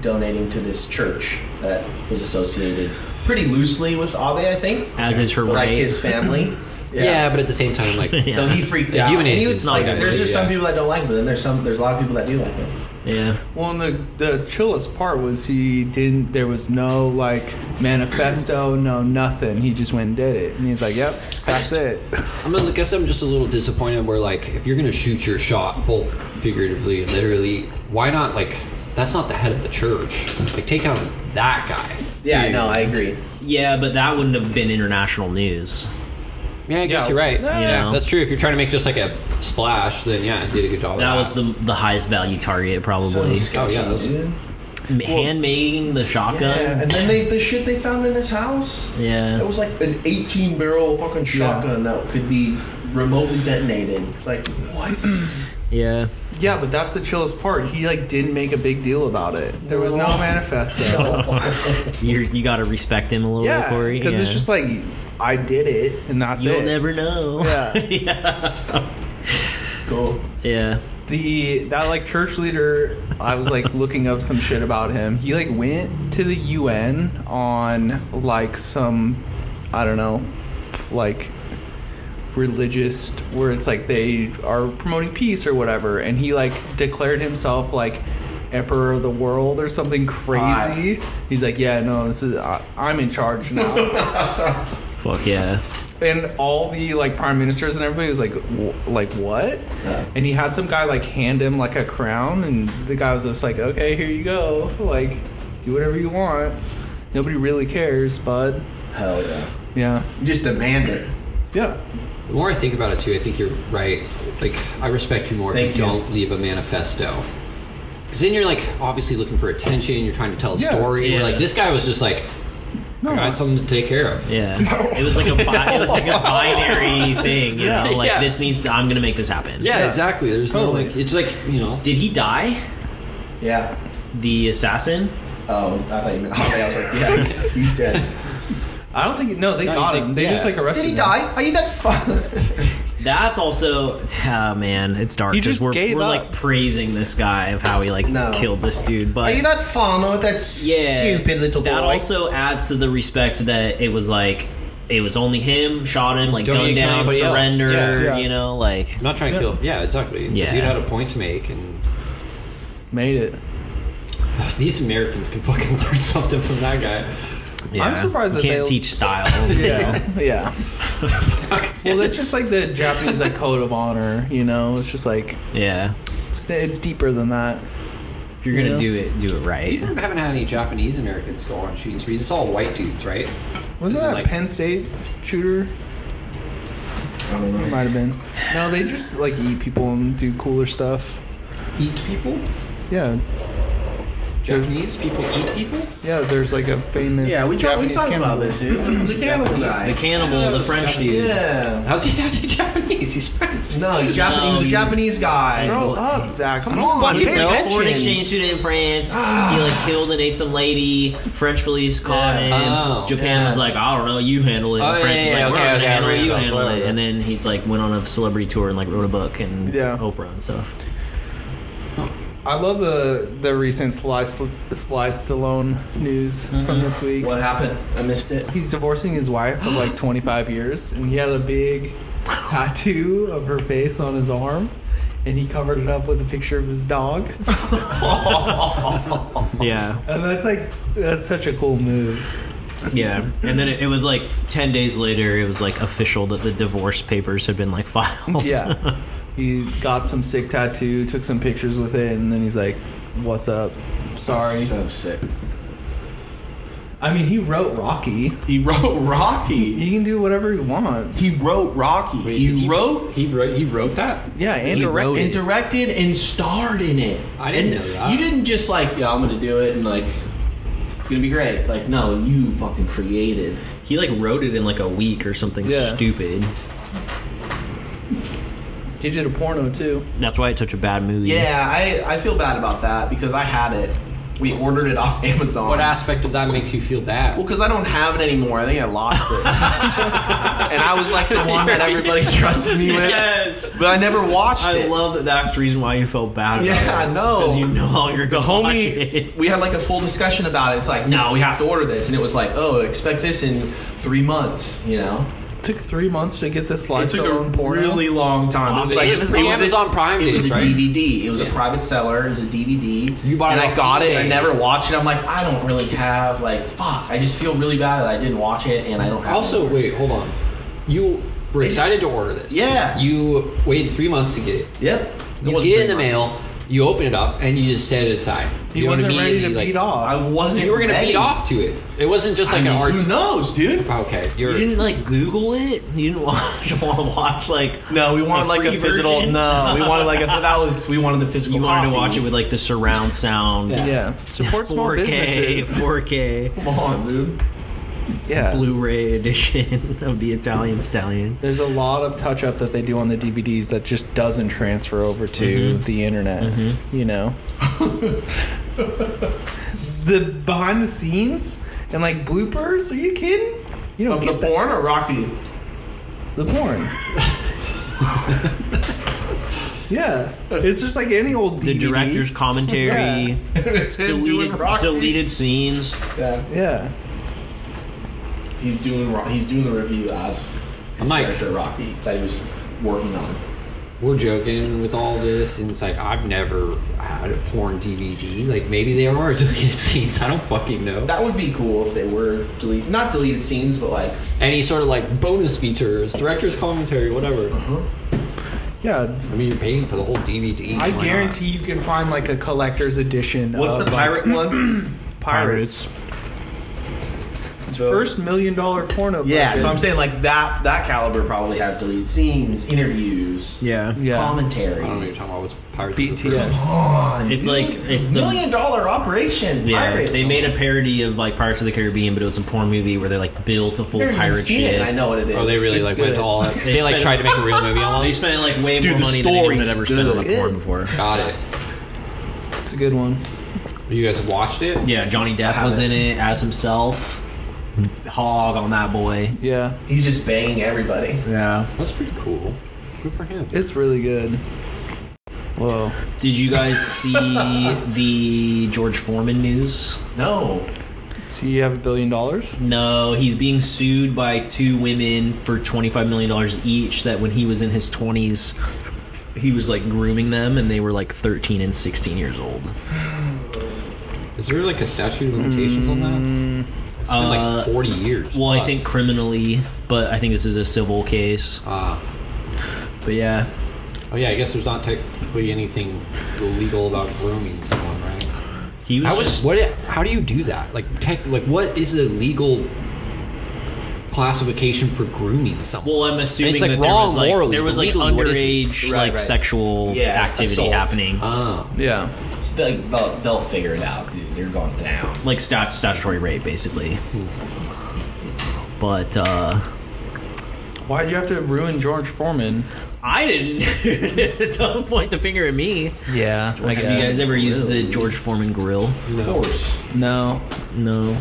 Speaker 4: donating to this church that was associated pretty loosely with abe i think
Speaker 3: as is her
Speaker 4: but, like
Speaker 3: right.
Speaker 4: his family
Speaker 1: Yeah. but at the same time, like
Speaker 3: Yeah.
Speaker 4: So he freaked
Speaker 1: The
Speaker 4: out.
Speaker 1: human
Speaker 4: And he
Speaker 1: age
Speaker 4: was,
Speaker 1: is
Speaker 4: like,
Speaker 1: like-
Speaker 4: there's just some
Speaker 1: yeah.
Speaker 4: people that don't like him, but then there's some there's a lot of people that do like him.
Speaker 3: yeah.
Speaker 2: Well, and the the chillest part was he didn't. There was no like manifesto, no nothing. He just went and did it, and he's like, "Yep, that's it."
Speaker 1: I'm gonna, I guess I'm just a little disappointed. Where like, if you're gonna shoot your shot, both figuratively and literally, why not like? That's not the head of the church. Like, take out that guy.
Speaker 4: Yeah, no, I agree.
Speaker 3: Yeah, but that wouldn't have been international news.
Speaker 1: Yeah, I guess
Speaker 2: Yeah.
Speaker 1: you're right.
Speaker 2: Yeah.
Speaker 1: Yeah, that's true. If you're trying to make just like a splash, then yeah, you did a good job.
Speaker 3: That was
Speaker 1: with
Speaker 3: the the highest value target, probably.
Speaker 1: Oh, yeah, that was-
Speaker 4: dude.
Speaker 3: M- Handmaking the
Speaker 4: Yeah,
Speaker 3: shotgun.
Speaker 4: and then they the shit they found in his house.
Speaker 3: Yeah.
Speaker 4: It was like an 18 barrel fucking shotgun that could be remotely detonated. It's like what?
Speaker 3: Yeah.
Speaker 2: Yeah, but that's the chillest part. He like didn't make a big deal about it. There was no manifesto.
Speaker 3: You you got to respect him a little,
Speaker 2: yeah,
Speaker 3: Corey.
Speaker 2: because
Speaker 3: yeah.
Speaker 2: it's just like I did it, and that's
Speaker 3: you'll
Speaker 2: it.
Speaker 3: never know.
Speaker 2: Yeah.
Speaker 3: yeah.
Speaker 4: cool.
Speaker 3: Yeah.
Speaker 2: the that like church leader i was like looking up some shit about him he like went to the un on like some i don't know like religious where it's like they are promoting peace or whatever and he like declared himself like emperor of the world or something crazy he's like yeah no this is I, i'm in charge now
Speaker 3: Fuck yeah.
Speaker 2: and all the like prime ministers and everybody was like "Wh- like what
Speaker 4: Yeah.
Speaker 2: and he had some guy like hand him like a crown and the guy was just like okay here you go like do whatever you want nobody really cares bud
Speaker 4: Hell yeah.
Speaker 2: yeah
Speaker 4: You just demand it.
Speaker 2: yeah
Speaker 1: the more I think about it too, I think you're right. Like, I respect you more
Speaker 4: Thank
Speaker 1: if you,
Speaker 4: you.
Speaker 1: don't leave a manifesto. Because then you're like obviously looking for attention. You're trying to tell a
Speaker 2: Yeah.
Speaker 1: story. Where,
Speaker 3: Yeah.
Speaker 1: like this guy was just like,
Speaker 2: No.
Speaker 1: I got something to take care of.
Speaker 3: Yeah. It was like a bi- it was like a binary thing. You know, like
Speaker 1: Yeah.
Speaker 3: this needs. To, I'm gonna make this happen.
Speaker 1: Yeah, exactly. There's
Speaker 2: Totally.
Speaker 1: no like, it's like you know.
Speaker 3: Did he die?
Speaker 4: Yeah.
Speaker 3: The assassin.
Speaker 4: Oh, I thought you meant Abe. I was like, yeah, he's, he's dead.
Speaker 2: i don't think no they
Speaker 3: No,
Speaker 2: got
Speaker 3: they-
Speaker 2: him they just
Speaker 3: yeah.
Speaker 2: like arrested
Speaker 4: Did he
Speaker 2: him.
Speaker 4: die? Are you that fun?
Speaker 3: That's also, ah, man, it's dark
Speaker 2: He
Speaker 3: because
Speaker 2: just
Speaker 3: we're,
Speaker 2: gave
Speaker 3: we're
Speaker 2: up.
Speaker 3: like praising this guy of how he like
Speaker 4: No.
Speaker 3: killed this dude. But
Speaker 4: Are you that farmer with that
Speaker 3: yeah,
Speaker 4: stupid little boy?
Speaker 3: That also adds to the respect that it was like it was only him, shot him, like
Speaker 1: Don't
Speaker 3: gunned
Speaker 1: need to kill
Speaker 3: down,
Speaker 1: anybody else.
Speaker 3: surrender,
Speaker 2: Yeah. Yeah.
Speaker 3: you know, like
Speaker 1: I'm not trying to
Speaker 2: Yeah.
Speaker 1: kill. Yeah, exactly.
Speaker 3: Yeah.
Speaker 1: The dude had a point to make, and
Speaker 2: Made it.
Speaker 1: these Americans can fucking learn something from that guy.
Speaker 3: yeah.
Speaker 2: I'm surprised
Speaker 3: you
Speaker 2: that
Speaker 3: can't
Speaker 2: they-
Speaker 3: teach style.
Speaker 2: Yeah. yeah. well, that's just like the Japanese like code of honor, you know. It's just like
Speaker 3: yeah.
Speaker 2: it's, it's deeper than that.
Speaker 3: If you're gonna
Speaker 2: Yeah.
Speaker 3: do it, do it right.
Speaker 1: We haven't had any Japanese Americans go on shooting sprees. It's all white dudes, right?
Speaker 2: Wasn't that
Speaker 1: Like-
Speaker 2: Penn State shooter?
Speaker 4: I don't know.
Speaker 2: Might have been. No, they just like eat people and do cooler stuff.
Speaker 1: Eat people?
Speaker 2: Yeah,
Speaker 1: Japanese people eat people?
Speaker 2: yeah. There's like a famous
Speaker 4: Yeah, we talked, we
Speaker 2: Japanese
Speaker 4: talked
Speaker 2: cannibal.
Speaker 4: about this, dude. The cannibal
Speaker 3: The
Speaker 4: guy.
Speaker 3: cannibal, the French dude.
Speaker 4: Yeah.
Speaker 1: How's he, how's he Japanese? He's French.
Speaker 4: No, he's Japanese. he's a
Speaker 3: No, he's-
Speaker 4: Japanese guy.
Speaker 2: Grow up, Zach.
Speaker 4: Come on,
Speaker 3: He's
Speaker 4: pay
Speaker 3: a foreign
Speaker 4: attention.
Speaker 3: exchange student in France. he like killed and ate some lady. French police caught
Speaker 4: Yeah.
Speaker 3: him.
Speaker 1: Oh,
Speaker 3: Japan
Speaker 4: yeah.
Speaker 3: was like, I don't know, you handle it.
Speaker 1: Oh,
Speaker 3: And France
Speaker 1: yeah,
Speaker 3: was
Speaker 1: yeah,
Speaker 3: like,
Speaker 1: okay,
Speaker 3: we're
Speaker 1: okay,
Speaker 3: gonna handle
Speaker 1: I
Speaker 3: it, you
Speaker 1: remember,
Speaker 3: handle it.
Speaker 1: whatever.
Speaker 3: And then he's like went on a celebrity tour and like wrote a book and
Speaker 2: Yeah.
Speaker 3: Oprah and stuff.
Speaker 2: I love the the recent Sly Sly Stallone news from this week.
Speaker 4: What happened? I missed it.
Speaker 2: He's divorcing his wife of like 25 years, and he had a big tattoo of her face on his arm, and he covered it up with a picture of his dog.
Speaker 3: Yeah,
Speaker 2: And that's like that's such a cool move.
Speaker 3: yeah. And then it, it was like ten days later. It was like official that the divorce papers had been like filed.
Speaker 2: Yeah, he got some sick tattoo, took some pictures with it, and then he's like, "What's up? Sorry."
Speaker 4: So sick.
Speaker 2: I mean, he wrote Rocky.
Speaker 4: He wrote Rocky.
Speaker 2: He can do whatever he wants.
Speaker 4: He wrote Rocky. he,
Speaker 1: He-
Speaker 4: wrote
Speaker 1: He wrote. He wrote that.
Speaker 2: yeah, and
Speaker 3: He
Speaker 2: direct.
Speaker 3: wrote
Speaker 4: and directed and starred in it.
Speaker 1: I didn't
Speaker 4: And
Speaker 1: know that.
Speaker 4: You didn't just like, yeah, I'm gonna do it and like it's gonna be great. Like, no, you fucking created.
Speaker 3: He like wrote it in like a week or something
Speaker 2: Yeah.
Speaker 3: stupid.
Speaker 2: He did a porno too.
Speaker 3: That's why it's such a bad movie.
Speaker 4: Yeah, I, I feel bad about that because I had it. We ordered it off Amazon.
Speaker 1: What aspect of that makes you feel bad?
Speaker 4: Well, because I don't have it anymore. I think I lost it. and I was like the one that everybody trusted me with.
Speaker 3: Yes.
Speaker 4: But I never watched
Speaker 3: I
Speaker 4: it.
Speaker 3: love that that's the reason why you felt bad about
Speaker 4: Yeah, I know.
Speaker 3: Because you know you're going to watch
Speaker 4: Homie,
Speaker 3: it.
Speaker 4: we had like a full discussion about it. It's like, no, we have to order this. And it was like, oh, expect this in three months, you know?
Speaker 2: Took three months to get this Sly
Speaker 4: It took a
Speaker 2: Stallone porno.
Speaker 4: really long time. It was like
Speaker 1: it was on Amazon Prime
Speaker 4: It was a
Speaker 1: days, right?
Speaker 4: DVD. It was a
Speaker 1: Yeah.
Speaker 4: private seller. It was a DVD.
Speaker 1: You bought
Speaker 4: and
Speaker 1: it
Speaker 4: I
Speaker 1: off
Speaker 4: got it. and I
Speaker 1: eBay.
Speaker 4: never watched it. I'm like, I don't really have like, fuck. I just feel really bad that I didn't watch it, and I don't have.
Speaker 1: Also,
Speaker 4: it.
Speaker 1: wait, hold on. You were excited to order this.
Speaker 4: Yeah.
Speaker 1: You waited three months to get it.
Speaker 4: Yep.
Speaker 1: You
Speaker 4: wasn't
Speaker 1: get it
Speaker 4: three
Speaker 1: in the
Speaker 4: months.
Speaker 1: mail. You open it up and you just set it aside.
Speaker 2: He
Speaker 1: You don't
Speaker 2: wasn't ready to
Speaker 1: immediately,
Speaker 2: beat
Speaker 1: like-
Speaker 2: off.
Speaker 4: I wasn't.
Speaker 1: You were gonna
Speaker 4: ready.
Speaker 1: beat off to it. It wasn't just like
Speaker 4: I mean,
Speaker 1: an art.
Speaker 4: Who knows, dude?
Speaker 1: Okay, you're.
Speaker 3: You didn't like Google it. You didn't watch, want to watch like.
Speaker 4: No, we wanted
Speaker 3: A
Speaker 4: like a
Speaker 3: free
Speaker 4: physical.
Speaker 3: version?
Speaker 4: No, we wanted like a. That was we wanted the physical.
Speaker 3: You wanted to
Speaker 4: copy.
Speaker 3: watch it with like the surround sound.
Speaker 4: Yeah.
Speaker 2: yeah, support small
Speaker 3: 4K,
Speaker 2: businesses.
Speaker 3: 4K,
Speaker 4: Come on, dude.
Speaker 2: Yeah,
Speaker 3: Blu-ray edition of the Italian Stallion.
Speaker 2: there's a lot of touch up that they do on the DVDs that just doesn't transfer over to
Speaker 4: Mm-hmm.
Speaker 2: the internet. You know, the behind the scenes and like bloopers. Are you kidding? You don't
Speaker 4: Of the
Speaker 2: get that.
Speaker 4: porn or Rocky?
Speaker 2: The porn. yeah, it's just like any old DVD.
Speaker 3: The director's commentary,
Speaker 4: it's him
Speaker 3: deleted
Speaker 4: doing Rocky.
Speaker 3: deleted scenes.
Speaker 4: Yeah.
Speaker 2: Yeah,
Speaker 4: He's doing Ro- he's doing the review as his
Speaker 1: Mike.
Speaker 4: character Rocky that he was working on.
Speaker 1: we're joking with all this, and it's like I've never had a porn DVD. Like maybe they are deleted scenes. I don't fucking know.
Speaker 4: That would be cool if they were deleted, not deleted scenes, but like
Speaker 1: Any sort of like bonus features, director's commentary, whatever.
Speaker 2: yeah.
Speaker 1: I mean, you're paying for the whole DVD.
Speaker 2: I
Speaker 1: why not?
Speaker 2: guarantee you can find like a collector's edition.
Speaker 4: what's
Speaker 2: of,
Speaker 4: the
Speaker 2: like,
Speaker 4: pirate one?
Speaker 2: Pirates. First million dollar porno.
Speaker 4: Yeah,
Speaker 2: budget.
Speaker 4: so I'm saying like that that caliber probably has deleted scenes, interviews,
Speaker 3: Yeah.
Speaker 2: Yeah.
Speaker 4: commentary.
Speaker 1: I don't know what you're talking about. What's Pirates of the Caribbean?
Speaker 2: BTS.
Speaker 4: on,
Speaker 3: It's like- it's the-
Speaker 4: million dollar operation.
Speaker 3: Yeah,
Speaker 4: Pirates.
Speaker 3: they made a parody of like Pirates of the Caribbean, but it was a porn movie where they like built a full
Speaker 4: I've never even
Speaker 3: pirate
Speaker 4: seen
Speaker 3: ship.
Speaker 4: It. I know what it is.
Speaker 1: Oh, they really
Speaker 2: It's
Speaker 1: like
Speaker 2: good.
Speaker 1: went to all. They, like
Speaker 3: spent-
Speaker 1: tried to make a real movie on all
Speaker 3: They
Speaker 1: these.
Speaker 3: spent like way
Speaker 4: Dude,
Speaker 3: more
Speaker 4: the
Speaker 3: money than anyone
Speaker 4: story's
Speaker 3: had ever spent on a
Speaker 2: good.
Speaker 3: porn before.
Speaker 1: Got it.
Speaker 2: It's a good one.
Speaker 1: You guys have watched it?
Speaker 3: Yeah, Johnny Depp was in it as himself. Hog on that boy.
Speaker 2: Yeah,
Speaker 4: He's just banging everybody.
Speaker 3: Yeah.
Speaker 1: That's pretty cool. Good for him.
Speaker 2: it's really good. Whoa.
Speaker 3: Did you guys see the George Foreman news?
Speaker 4: No,
Speaker 2: So you have a billion dollars?
Speaker 3: No, he's being sued by two women for $25 million each that when he was in his 20s, he was like grooming them and they were like 13 and 16 years old.
Speaker 1: Is there like a statute of limitations on that? It's been
Speaker 3: Uh,
Speaker 1: like 40 years.
Speaker 3: Well, I
Speaker 1: plus.
Speaker 3: think criminally, but I think this is a civil case.
Speaker 1: Ah.
Speaker 3: But yeah,
Speaker 1: oh, yeah, I guess there's not technically anything illegal about grooming someone, right?
Speaker 3: he was.
Speaker 1: How is
Speaker 3: just-
Speaker 1: what? How do you do that? Like, tech, like what is the legal classification for grooming someone?
Speaker 3: well, I'm assuming
Speaker 1: it's, like,
Speaker 3: that there
Speaker 1: wrong
Speaker 3: was like
Speaker 1: morally,
Speaker 3: there was
Speaker 1: but
Speaker 3: like
Speaker 1: legally, what is it?
Speaker 3: underage
Speaker 4: Right,
Speaker 3: like
Speaker 4: right.
Speaker 3: sexual
Speaker 4: Yeah,
Speaker 3: activity
Speaker 4: assault.
Speaker 3: happening,
Speaker 1: oh,
Speaker 2: Yeah.
Speaker 4: It's like, they'll, they'll figure it out, dude. They're going down.
Speaker 3: like stat- statutory rape, basically. But uh,
Speaker 2: Why'd you have to ruin George Foreman?
Speaker 3: I didn't. Don't point the finger at me.
Speaker 2: Yeah, I
Speaker 3: Have you guys
Speaker 2: guess.
Speaker 3: ever used the George Foreman grill?
Speaker 4: Of course.
Speaker 2: No.
Speaker 3: No.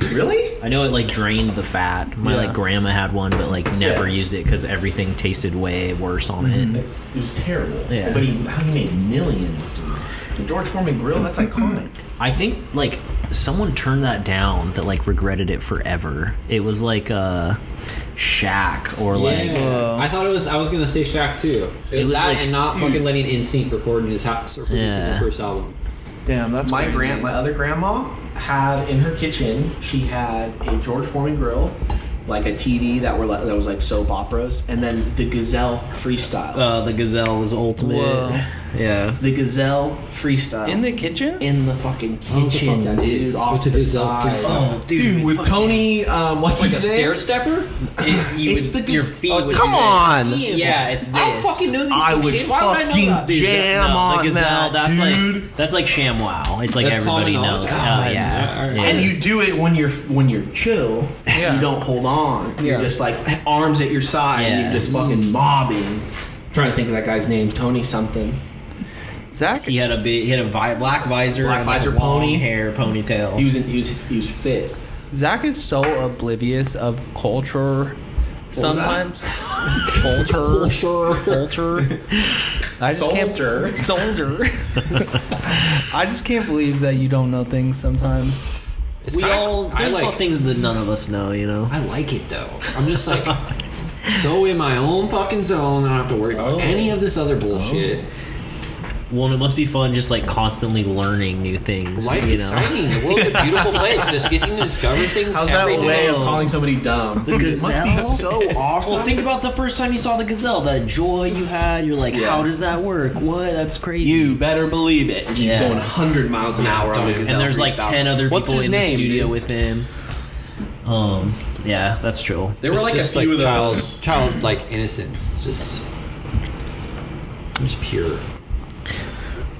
Speaker 4: Really?
Speaker 3: I know it like drained the fat. My
Speaker 2: Yeah.
Speaker 3: like grandma had one, but like never
Speaker 4: Yeah. Mm-hmm.
Speaker 3: used it because everything tasted way worse on it.
Speaker 4: It's, it was terrible.
Speaker 3: Yeah.
Speaker 4: But he, how he made millions, dude. The George Foreman grill, that's iconic.
Speaker 3: I think like someone turned that down that like regretted it forever. It was like uh, Shaq or like
Speaker 1: yeah. I thought it was. I was gonna say Shaq too. It was,
Speaker 3: was
Speaker 1: that
Speaker 3: like-
Speaker 1: and not fucking letting NSYNC record in his house or producing
Speaker 3: Yeah.
Speaker 1: the first album.
Speaker 2: Damn, that's
Speaker 4: my
Speaker 2: crazy.
Speaker 4: grand, my other grandma had in her kitchen. She had a George Foreman grill, like a TV that were like, that was like soap operas, and then the Gazelle freestyle.
Speaker 3: uh, the gazelle was ultimate.
Speaker 2: Whoa.
Speaker 3: Yeah.
Speaker 4: the Gazelle freestyle
Speaker 2: In the kitchen?
Speaker 4: in the fucking
Speaker 1: what Oh, the
Speaker 4: kitchen,
Speaker 1: fuck that
Speaker 4: dude,
Speaker 1: is.
Speaker 4: off
Speaker 1: With
Speaker 4: to
Speaker 1: the
Speaker 4: the
Speaker 1: Gazelle
Speaker 4: side.
Speaker 1: freestyle.
Speaker 4: dude, with Tony, um, what's
Speaker 1: Like a
Speaker 4: his name?
Speaker 1: stair stepper?
Speaker 3: It- you
Speaker 4: It's
Speaker 3: would-
Speaker 4: the
Speaker 3: your
Speaker 4: gaz-
Speaker 3: feet.
Speaker 4: oh,
Speaker 3: would
Speaker 4: come
Speaker 3: be-
Speaker 2: on!
Speaker 3: Yeah, it's this.
Speaker 1: I don't fucking know these
Speaker 2: I
Speaker 1: things,
Speaker 2: would
Speaker 1: shit. Why would I know that?
Speaker 2: fucking jam
Speaker 3: no,
Speaker 2: on
Speaker 3: the gazelle.
Speaker 2: that,
Speaker 3: that's
Speaker 2: dude.
Speaker 3: like that's like ShamWow. It's like
Speaker 1: That's
Speaker 3: everybody
Speaker 1: common
Speaker 3: knows.
Speaker 1: knowledge.
Speaker 3: Oh
Speaker 1: God.
Speaker 3: yeah.
Speaker 1: Alright.
Speaker 3: yeah.
Speaker 4: And you do it when you're when you're chill.
Speaker 2: Yeah.
Speaker 4: You don't hold on.
Speaker 2: Yeah.
Speaker 4: You're just like arms at your side. and
Speaker 3: Yeah.
Speaker 4: You're just fucking mobbing. trying to think of that guy's name, Tony something.
Speaker 2: Zach?
Speaker 3: He had a big, he had a vi- black visor,
Speaker 4: Black
Speaker 3: and, like,
Speaker 4: visor,
Speaker 3: long
Speaker 4: pony.
Speaker 3: hair, ponytail.
Speaker 4: He was in, he was he was fit.
Speaker 2: Zach is so oblivious of culture sometimes. culture. Culture. I just
Speaker 4: Soldier.
Speaker 2: can't. Soldier. I just can't believe that you don't know things sometimes.
Speaker 1: It's
Speaker 3: we
Speaker 1: kinda-
Speaker 3: all
Speaker 1: I
Speaker 3: there's all
Speaker 1: like.
Speaker 3: things that none of us know, you know.
Speaker 1: I like it though. I'm just like so in my own fucking zone. I don't have to worry about
Speaker 4: Oh.
Speaker 1: any of this other bullshit.
Speaker 3: Well, and it must be fun just like constantly learning new things,
Speaker 1: Life's
Speaker 3: you know.
Speaker 1: exciting. The world's a beautiful place. Just getting to discover things.
Speaker 4: How's that
Speaker 1: every day.
Speaker 4: way of
Speaker 3: day.
Speaker 4: calling somebody dumb? Dude, it must be
Speaker 3: gazelle?
Speaker 4: so awesome.
Speaker 3: Well, think about the first time you saw the gazelle. That joy you had. You're like,
Speaker 4: Yeah.
Speaker 3: how does that work? What? That's crazy.
Speaker 4: you better believe it. He's
Speaker 3: Yeah.
Speaker 4: going 100 miles an hour on the gazelle
Speaker 3: and there's like
Speaker 4: freestyle.
Speaker 3: ten other people
Speaker 4: What's his
Speaker 3: in
Speaker 4: name,
Speaker 3: the studio
Speaker 4: dude?
Speaker 3: with him. Um. Yeah, that's true.
Speaker 4: There were
Speaker 1: It's
Speaker 4: like a
Speaker 1: just,
Speaker 4: few of
Speaker 1: child,
Speaker 4: those.
Speaker 1: Child like innocence, just just pure.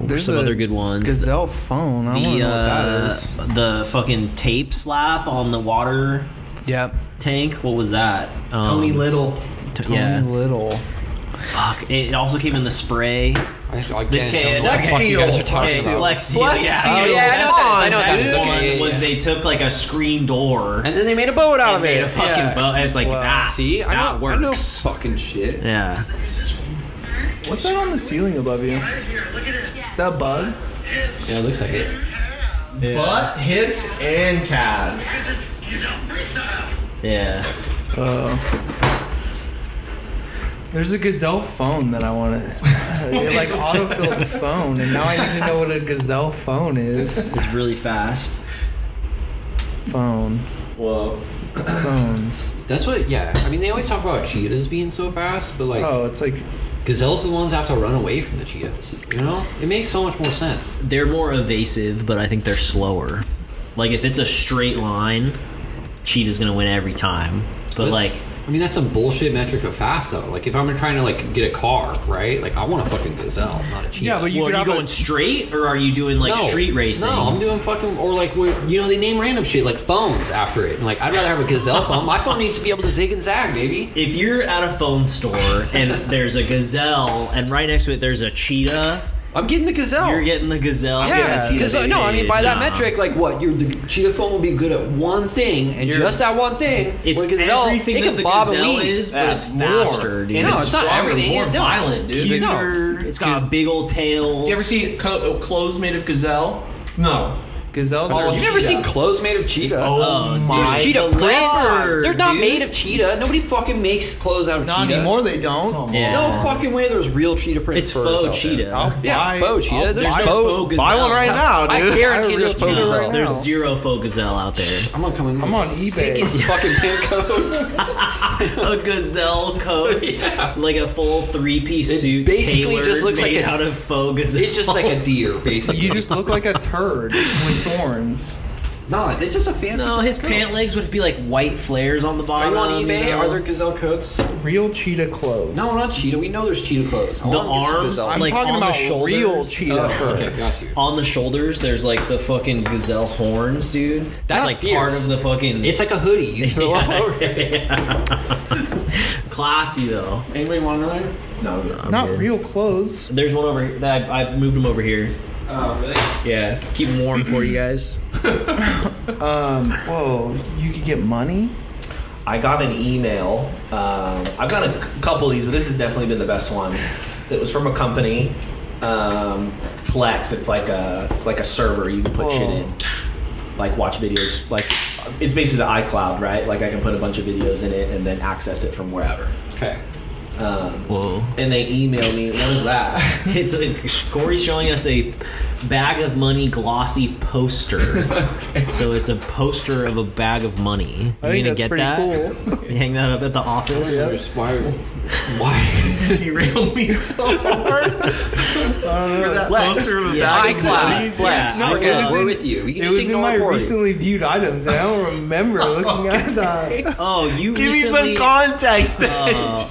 Speaker 3: There's some
Speaker 2: a
Speaker 3: other good ones.
Speaker 2: Gazelle phone. I want to
Speaker 3: the
Speaker 2: know what
Speaker 3: uh,
Speaker 2: that is.
Speaker 3: the fucking tape slap on the water
Speaker 2: Yep.
Speaker 3: tank. What was that? Um,
Speaker 4: Tony Little.
Speaker 3: t-
Speaker 2: Tony
Speaker 3: yeah.
Speaker 2: Little.
Speaker 3: Fuck. It it also came in the spray.
Speaker 1: I, just- I
Speaker 3: The
Speaker 1: can't
Speaker 3: K-
Speaker 1: know what the
Speaker 3: Flex
Speaker 1: fuck you guys are
Speaker 2: Seal.
Speaker 1: talking
Speaker 3: Okay,
Speaker 1: about.
Speaker 3: Flex Seal.
Speaker 2: Flex
Speaker 3: yeah.
Speaker 2: Seal.
Speaker 3: Oh,
Speaker 1: yeah, I know
Speaker 3: That's-
Speaker 1: that. I know
Speaker 3: that's
Speaker 1: that.
Speaker 3: the
Speaker 1: Okay,
Speaker 3: one
Speaker 1: yeah,
Speaker 3: was
Speaker 1: yeah.
Speaker 3: they took like a screen door and,
Speaker 1: and then they made a boat out of
Speaker 3: made
Speaker 1: it.
Speaker 3: a fucking
Speaker 2: Yeah.
Speaker 3: boat. And it's like
Speaker 2: Wow.
Speaker 3: that.
Speaker 1: See, I
Speaker 3: that
Speaker 1: know,
Speaker 3: works.
Speaker 1: I know fucking shit.
Speaker 3: Yeah.
Speaker 2: What's that on the ceiling above you? Is that a bug?
Speaker 1: Yeah, it looks like it.
Speaker 4: Butt, hips, and calves.
Speaker 3: Yeah.
Speaker 2: Uh, There's a gazelle phone that I want to. It like autofilled phone, and now I need to know what a gazelle phone is.
Speaker 3: It's really fast.
Speaker 2: Phone.
Speaker 4: Whoa.
Speaker 2: Phones.
Speaker 1: That's what. Yeah, I mean they always talk about cheetahs being so fast, but like
Speaker 2: Oh, it's like.
Speaker 1: gazelles are the ones that have to run away from the cheetahs. You know, it makes so much more sense.
Speaker 3: They're more evasive, but I think they're slower. Like if it's a straight line, cheetah's gonna win every time. But
Speaker 1: That's-
Speaker 3: like
Speaker 1: I mean, that's some bullshit metric of fast though. Like, if I'm trying to like get a car, right? Like, I want a fucking gazelle, not a cheetah.
Speaker 2: Yeah, but you
Speaker 3: well,
Speaker 2: could
Speaker 3: are you
Speaker 2: have a-
Speaker 3: going straight or are you doing like street racing?
Speaker 1: No, I'm doing fucking or like what- you know they name random shit like phones after it. And like I'd rather have a gazelle phone. My phone needs to be able to zig and zag, baby.
Speaker 3: if you're at a phone store and there's a gazelle and right next to it there's a cheetah,
Speaker 1: I'm getting the gazelle.
Speaker 3: you're getting the gazelle.
Speaker 1: Oh. yeah,
Speaker 3: getting the
Speaker 1: because
Speaker 3: cheetah,
Speaker 1: no, I mean by that
Speaker 3: dude.
Speaker 1: metric, like what your the cheetah phone will be good at one thing and
Speaker 2: You're-
Speaker 1: just that one thing.
Speaker 3: It's
Speaker 1: where gazelle,
Speaker 3: everything
Speaker 1: it
Speaker 3: that
Speaker 1: can
Speaker 3: the
Speaker 1: bob and
Speaker 3: gazelle
Speaker 1: weave.
Speaker 3: is, but
Speaker 4: Yeah,
Speaker 3: it's
Speaker 4: more.
Speaker 3: faster, dude.
Speaker 4: And
Speaker 1: No,
Speaker 4: it's
Speaker 1: it's not
Speaker 4: stronger,
Speaker 1: everything.
Speaker 4: more
Speaker 1: It- no.
Speaker 4: violent, dude.
Speaker 1: Cuter.
Speaker 3: It's got a big old tail.
Speaker 4: You ever see co- clothes made of gazelle? No.
Speaker 2: Gazelles
Speaker 1: Oh,
Speaker 2: are.
Speaker 1: you never seen
Speaker 2: cheetah.
Speaker 1: clothes made of cheetah? Uh,
Speaker 3: Oh, my
Speaker 1: There's cheetah
Speaker 3: God.
Speaker 1: prints.
Speaker 3: Leopard,
Speaker 1: They're not
Speaker 3: dude.
Speaker 1: made of cheetah. Nobody fucking makes clothes out of
Speaker 2: Not
Speaker 1: cheetah.
Speaker 2: anymore. They don't.
Speaker 3: Yeah.
Speaker 1: No fucking way. There's real cheetah prints.
Speaker 3: It's
Speaker 1: for
Speaker 3: faux
Speaker 1: us out
Speaker 3: cheetah.
Speaker 1: there.
Speaker 2: I'll
Speaker 1: Yeah,
Speaker 2: buy-
Speaker 1: faux cheetah.
Speaker 2: I'll
Speaker 1: There's
Speaker 2: buy
Speaker 3: no
Speaker 1: faux.
Speaker 3: faux
Speaker 1: buy one
Speaker 3: gazelle.
Speaker 1: right now, dude.
Speaker 2: I
Speaker 1: guarantee
Speaker 2: really
Speaker 1: there's faux
Speaker 2: cheetah
Speaker 3: No,
Speaker 1: gazelle.
Speaker 2: right now.
Speaker 3: there's zero faux gazelle out there.
Speaker 1: I'm gonna come in.
Speaker 2: I'm
Speaker 1: with
Speaker 2: on
Speaker 1: the
Speaker 2: eBay.
Speaker 1: sickest fucking pin code.
Speaker 3: a gazelle coat,
Speaker 1: Yeah.
Speaker 3: like a full three-piece
Speaker 1: It
Speaker 3: suit,
Speaker 1: basically
Speaker 3: tailored,
Speaker 1: just looks like
Speaker 3: made
Speaker 1: a-
Speaker 3: out of faux gazelle.
Speaker 1: It's just like a deer, basically.
Speaker 2: You just look like a turd with horns.
Speaker 1: no. It's just a fancy.
Speaker 3: no, his
Speaker 1: coat.
Speaker 3: pant legs would be like white flares on the
Speaker 1: Are
Speaker 3: bottom.
Speaker 1: you on eBay?
Speaker 3: know?
Speaker 1: Are there gazelle coats?
Speaker 2: Real cheetah clothes.
Speaker 1: No, not cheetah. We know there's cheetah clothes. I
Speaker 3: The
Speaker 1: wanna get some
Speaker 3: arms?
Speaker 1: gazelle.
Speaker 2: I'm
Speaker 3: like,
Speaker 2: talking
Speaker 3: on the
Speaker 2: about
Speaker 3: shoulders?
Speaker 2: real cheetah
Speaker 1: Oh,
Speaker 2: fur.
Speaker 1: okay, got you.
Speaker 3: on the shoulders? There's like the fucking gazelle horns, dude. That's
Speaker 1: That's
Speaker 3: like
Speaker 1: fierce.
Speaker 3: part of the fucking.
Speaker 1: It's like a hoodie. You throw up over it.
Speaker 3: classy though.
Speaker 1: Anybody want another?
Speaker 4: No, I'm good.
Speaker 2: Not real clothes.
Speaker 3: There's one over here. That I, I moved them over here.
Speaker 1: Oh, really?
Speaker 3: Yeah, keep them warm for you guys.
Speaker 2: Um, whoa, you could get money.
Speaker 4: I got an email. Um, I've got a c- couple of these, but this has definitely been the best one. It was from a company, um, Plex. It's like a it's like a server you can put
Speaker 3: Oh.
Speaker 4: shit
Speaker 2: Whoa.
Speaker 4: in, like watch videos. Like it's basically the iCloud, right? Like I can put a bunch of videos in it and then access it from wherever.
Speaker 1: Okay.
Speaker 4: Um,
Speaker 3: Whoa.
Speaker 4: and they emailed me. What is that?
Speaker 3: It's a, Corey's showing us a bag of money glossy poster. so it's a poster of a bag of money. You
Speaker 2: I think
Speaker 3: gonna
Speaker 2: that's
Speaker 3: get
Speaker 2: pretty
Speaker 3: that?
Speaker 2: cool.
Speaker 3: You hang that up at the office.
Speaker 2: Yeah.
Speaker 1: There's- Why? Why?
Speaker 4: Derailed me so hard.
Speaker 1: Flex.
Speaker 3: of a
Speaker 1: bag of money?
Speaker 3: Flex.
Speaker 1: No,
Speaker 2: It
Speaker 1: we're-
Speaker 2: was
Speaker 1: we're
Speaker 2: in-
Speaker 1: with you. We can
Speaker 2: It
Speaker 1: just
Speaker 2: was in
Speaker 1: ignore
Speaker 2: my
Speaker 1: Corey.
Speaker 2: recently viewed items, and I don't remember looking at that.
Speaker 3: Oh, you
Speaker 4: Give me
Speaker 3: recently,
Speaker 4: some context, then,
Speaker 2: Oh.
Speaker 3: uh,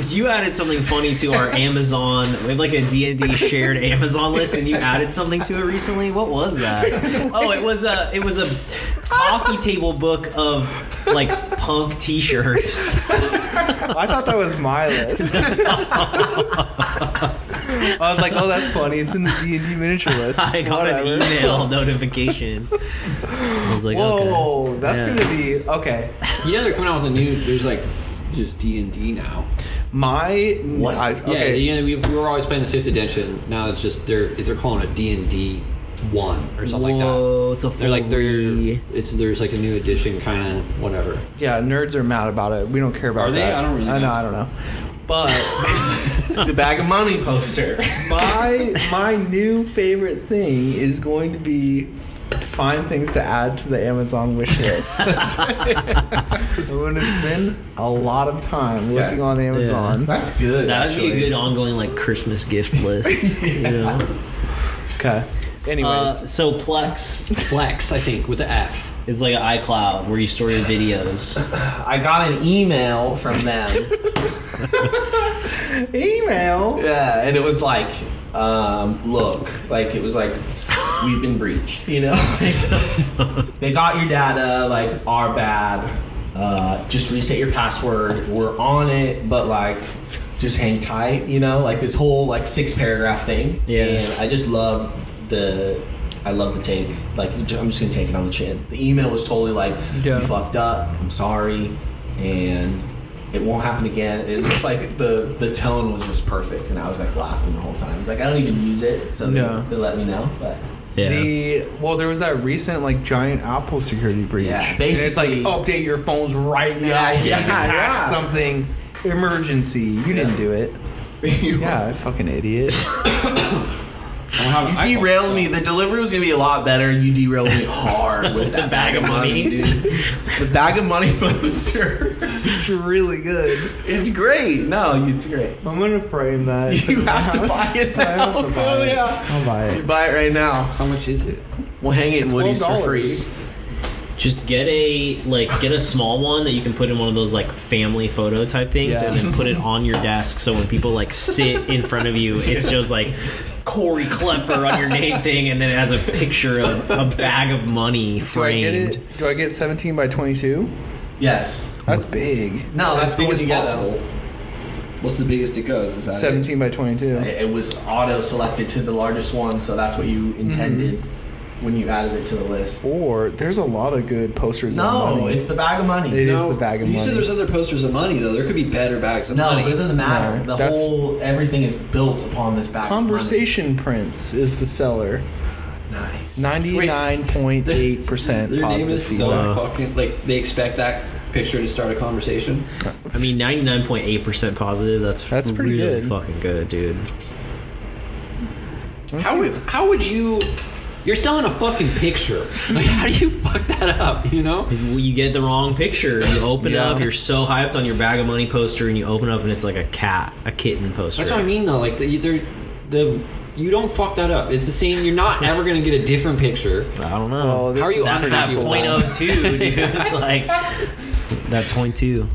Speaker 3: You added something funny to our Amazon. We have like a D&D shared Amazon list, and you added something to it recently. What was that? Oh, it was a it was a coffee table book of like punk T-shirts.
Speaker 2: I thought that was my list. I was like, oh, that's funny. It's in the D and D miniature list.
Speaker 3: I got an
Speaker 2: Whatever.
Speaker 3: email notification. I was like,
Speaker 2: Whoa,
Speaker 3: okay.
Speaker 2: that's
Speaker 3: Yeah.
Speaker 2: gonna be okay.
Speaker 1: You know they're coming out with a new. There's like just D and D now.
Speaker 2: My what? I, okay.
Speaker 1: Yeah, you know, we, we were always playing the fifth edition. Now it's just they're is they're calling it D and D one or something like
Speaker 3: Whoa, it's a
Speaker 1: that. They're like they're
Speaker 3: fully-
Speaker 1: it's there's like a new edition kind of whatever.
Speaker 2: Yeah, nerds are mad about it. We don't care about
Speaker 1: Are they?
Speaker 2: that.
Speaker 1: I don't really
Speaker 2: I know.
Speaker 1: know.
Speaker 2: I don't know. But
Speaker 4: the bag of money poster.
Speaker 2: my my new favorite thing is going to be find things to add to the Amazon wish list. I'm going to spend a lot of time
Speaker 1: Okay.
Speaker 2: looking on Amazon.
Speaker 4: That's good.
Speaker 3: That would be a
Speaker 4: actually.
Speaker 3: good ongoing like Christmas gift list. you know?
Speaker 2: Okay.
Speaker 3: Uh,
Speaker 2: Anyways,
Speaker 3: so Plex
Speaker 1: Flex, I think, with the F.
Speaker 3: is like an iCloud where you store your videos.
Speaker 4: I got an email from them.
Speaker 2: email.
Speaker 4: yeah, and it was like, um, look, like it was like, we've been breached. You know, Like, they got your data. Like, our bad. Uh, just reset your password. We're on it, but like, just hang tight. You know, like this whole like six paragraph thing.
Speaker 3: Yeah.
Speaker 4: And I just love the. I love the take. Like, I'm just gonna take it on the chin. The email was totally like,
Speaker 2: Yeah.
Speaker 4: you fucked up. I'm sorry, and it won't happen again. It was just like the the tone was just perfect, and I was like laughing the whole time. It's like I don't even use it, so they-
Speaker 2: Yeah.
Speaker 4: they, let me know. But
Speaker 3: Yeah.
Speaker 2: The well, there was that recent like giant Apple security breach.
Speaker 4: Yeah,
Speaker 2: And it's like
Speaker 4: basically-
Speaker 2: update your phones right now.
Speaker 4: Yeah,
Speaker 2: if you
Speaker 4: yeah,
Speaker 2: patch
Speaker 4: yeah.
Speaker 2: Something emergency. You didn't do it. Yeah, I fucking idiot.
Speaker 1: I don't have an
Speaker 4: you
Speaker 1: iPhone,
Speaker 4: derailed
Speaker 1: so-
Speaker 4: me. The delivery was gonna be a lot better. You derailed me hard with that
Speaker 3: bag of money.
Speaker 4: dude. The bag of money poster.
Speaker 2: it's really good.
Speaker 4: It's great. No, it's great.
Speaker 2: I'm gonna frame that.
Speaker 4: You have to buy it
Speaker 2: I have
Speaker 4: now.
Speaker 2: to buy
Speaker 4: Oh,
Speaker 2: it.
Speaker 4: yeah.
Speaker 2: I'll buy
Speaker 4: You
Speaker 2: it.
Speaker 4: buy it right now.
Speaker 1: How much is it?
Speaker 4: We'll hang it in Woody's for free.
Speaker 2: $12.
Speaker 3: Just get a like get a small one that you can put in one of those like family photo type things,
Speaker 2: Yeah.
Speaker 3: and then put it on your desk. So when people like sit in front of you, it's just like Corey Klepper on your name thing, and then it has a picture of a bag of money
Speaker 2: Do I
Speaker 3: framed.
Speaker 2: get it? Do I get 17 by 22?
Speaker 4: Yes.
Speaker 2: That's big.
Speaker 4: No, that's,
Speaker 1: As
Speaker 4: the
Speaker 1: big
Speaker 4: one
Speaker 1: as
Speaker 4: you got.
Speaker 1: possible. What's the biggest it goes? Is that it?
Speaker 2: 17 by 22.
Speaker 4: It it was auto selected to the largest one, so that's what you intended when you added it to the list.
Speaker 2: Or there's a lot of good posters. on
Speaker 4: No,
Speaker 2: money.
Speaker 4: it's the bag of money.
Speaker 2: It is
Speaker 1: No,
Speaker 2: the bag of
Speaker 1: you
Speaker 2: money.
Speaker 1: said there's other posters of money though. There could be better bags of
Speaker 4: No,
Speaker 1: money.
Speaker 4: but it doesn't matter.
Speaker 2: No,
Speaker 4: the
Speaker 2: that's-
Speaker 4: whole everything is built upon this bag.
Speaker 2: Conversation Prince is the seller.
Speaker 4: Of money.
Speaker 1: Nice.
Speaker 4: Nice.
Speaker 2: Ninety nine point eight percent
Speaker 1: Their name
Speaker 2: positive
Speaker 1: is so
Speaker 2: feedback.
Speaker 1: fucking like they expect that picture to start a conversation.
Speaker 3: I mean, ninety nine point eight percent positive. That's
Speaker 2: That's pretty
Speaker 3: really
Speaker 2: good.
Speaker 3: Fucking good, dude.
Speaker 1: How would how would you? You're selling a fucking picture. Like, how do you fuck that up? You know?
Speaker 3: Well, You get the wrong picture. You open
Speaker 2: Yeah.
Speaker 3: up. You're so hyped on your bag of money poster, and you open up, and it's like a cat, a kitten poster.
Speaker 1: That's what I mean though. Like the, they're the you don't fuck that up. It's the same. You're not ever gonna get a different picture.
Speaker 3: I don't know.
Speaker 2: Oh, this
Speaker 1: How are you
Speaker 2: is
Speaker 1: on
Speaker 2: pretty
Speaker 1: that
Speaker 2: cool.
Speaker 1: point of-
Speaker 3: oh two, dude. like that point two.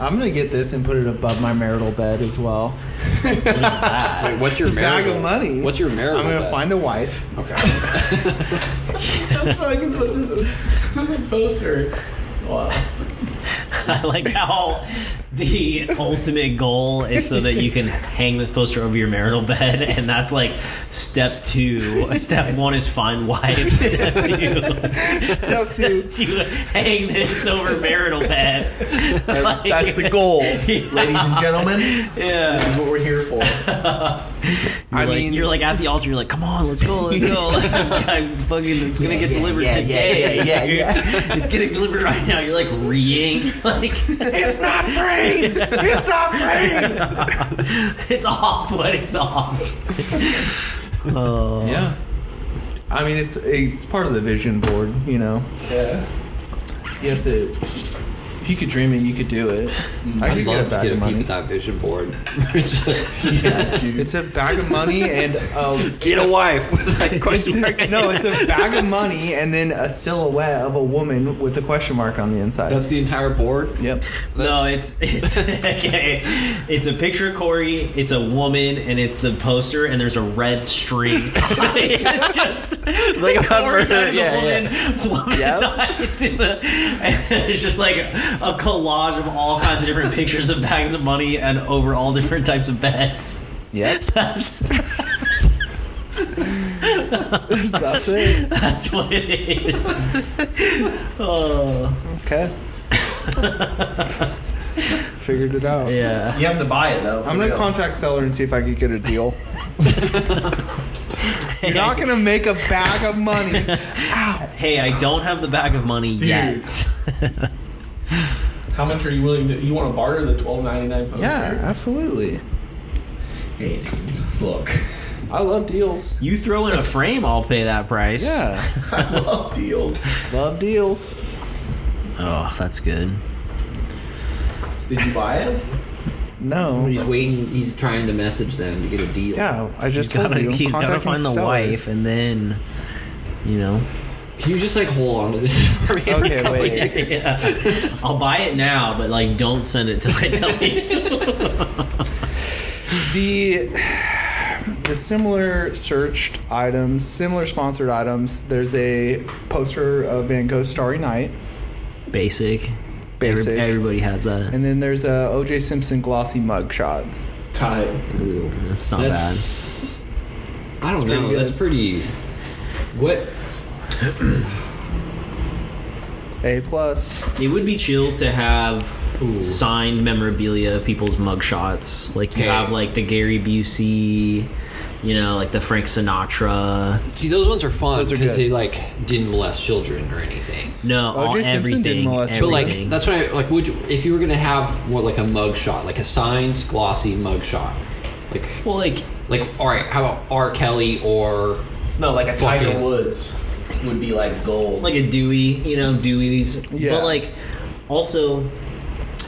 Speaker 2: I'm gonna get this and put it above my marital bed as well.
Speaker 1: Wait, what's
Speaker 2: It's a bag of money.
Speaker 1: What's your marital?
Speaker 2: I'm gonna
Speaker 1: bed?
Speaker 2: find a wife.
Speaker 1: Okay.
Speaker 4: Just so I can put this in the poster. Wow.
Speaker 3: I like how the ultimate goal is so that you can hang this poster over your marital bed, and that's like step two. Step one is find wife. Step two,
Speaker 2: Step two.
Speaker 3: to hang this over marital bed. Like-
Speaker 2: That's the goal.
Speaker 4: Ladies and gentlemen,
Speaker 3: Yeah.
Speaker 4: this is what we're here for.
Speaker 3: You're
Speaker 2: I
Speaker 3: like,
Speaker 2: mean,
Speaker 3: you're like at the altar. You're like, come on, let's go, let's go. Like, I'm fucking, it's gonna get delivered today.
Speaker 2: yeah, yeah,
Speaker 3: It's getting delivered right now. You're like reeing, like
Speaker 2: it's not brain. It's not brain.
Speaker 3: it's off. What it's off. Oh.
Speaker 2: Yeah. I mean, it's it's part of the vision board. You know,
Speaker 4: Yeah.
Speaker 2: you have to. If you could dream it, you could do it.
Speaker 4: Mm-hmm.
Speaker 2: I
Speaker 1: I'd
Speaker 2: could get a
Speaker 1: love to
Speaker 2: bag
Speaker 1: get a peep
Speaker 2: of money.
Speaker 1: at that vision board. Just-
Speaker 2: It's a bag of money and a
Speaker 1: get a wife. with that
Speaker 2: It's
Speaker 1: question mark.
Speaker 2: a- no, it's a bag of money and then a silhouette of a woman with a question mark on the inside.
Speaker 1: That's the entire board.
Speaker 2: yep.
Speaker 3: No, it's it's okay. It's a picture of Corey. It's a woman, and it's the poster, and there's a red string. tied. It's just like a Corey tied to the
Speaker 2: yeah,
Speaker 3: woman, woman tied to the. And it's just like a collage of all kinds of different pictures of bags of money and over all different types of beds.
Speaker 2: Yep.
Speaker 3: That's
Speaker 2: That's it.
Speaker 3: that's what it is. Oh
Speaker 2: Okay. Figured it out.
Speaker 3: yeah.
Speaker 4: You have to buy it though. for
Speaker 2: I'm gonna
Speaker 4: real.
Speaker 2: contact seller and see if I could get a deal. You're not gonna make a bag of money. Ow.
Speaker 3: Hey, I don't have the bag of money yet.
Speaker 4: How much are you willing to? You want to barter the twelve ninety nine poster?
Speaker 2: Yeah, absolutely.
Speaker 4: Hey, dude, look,
Speaker 2: I love deals.
Speaker 3: You throw in a frame, I'll pay that price.
Speaker 2: Yeah,
Speaker 4: I love deals.
Speaker 2: love deals.
Speaker 3: Oh, that's good.
Speaker 4: Did you buy it?
Speaker 2: No.
Speaker 1: He's waiting. He's trying to message them to get a deal.
Speaker 2: Yeah, I just
Speaker 3: He's gotta,
Speaker 2: told you.
Speaker 3: he's gotta
Speaker 2: contacting
Speaker 3: find the
Speaker 2: seller.
Speaker 3: wife, and then, you know.
Speaker 1: Can you just like hold on to this? For me?
Speaker 2: Okay, wait.
Speaker 3: yeah. I'll buy it now, but like, don't send it till I tell you.
Speaker 2: the the similar searched items, similar sponsored items. There's a poster of Van Gogh's Starry Night,
Speaker 3: Basic.
Speaker 2: Basic.
Speaker 3: Every- everybody has that.
Speaker 2: and then there's a O.J. Simpson glossy mug shot.
Speaker 4: Time.
Speaker 3: Ooh, that's not
Speaker 1: That's. I don't
Speaker 2: pretty
Speaker 1: know.
Speaker 2: good.
Speaker 1: That's pretty. What?
Speaker 2: A plus.
Speaker 3: bad. It would be chill to have
Speaker 1: Ooh.
Speaker 3: signed memorabilia of people's mugshots. Like you
Speaker 1: Okay.
Speaker 3: have like the Gary Busey, you know, like the Frank Sinatra.
Speaker 1: See, those ones are fun
Speaker 2: Those are
Speaker 1: because
Speaker 2: good.
Speaker 1: they like didn't molest children or anything.
Speaker 3: No,
Speaker 2: O.J.
Speaker 3: all,
Speaker 2: Simpson didn't
Speaker 3: everything.
Speaker 2: molest
Speaker 1: But
Speaker 3: everything.
Speaker 2: children.
Speaker 1: like that's why like would you- if you were gonna have more like a mug shot, like a signed glossy mug shot, like
Speaker 3: well, like
Speaker 1: like all right, how about R. Kelly or
Speaker 4: No, like a Tiger
Speaker 1: Fucking-
Speaker 4: Woods would be like gold.
Speaker 3: like a Dewey, you know, Dewey's.
Speaker 2: Yeah.
Speaker 3: But like, also,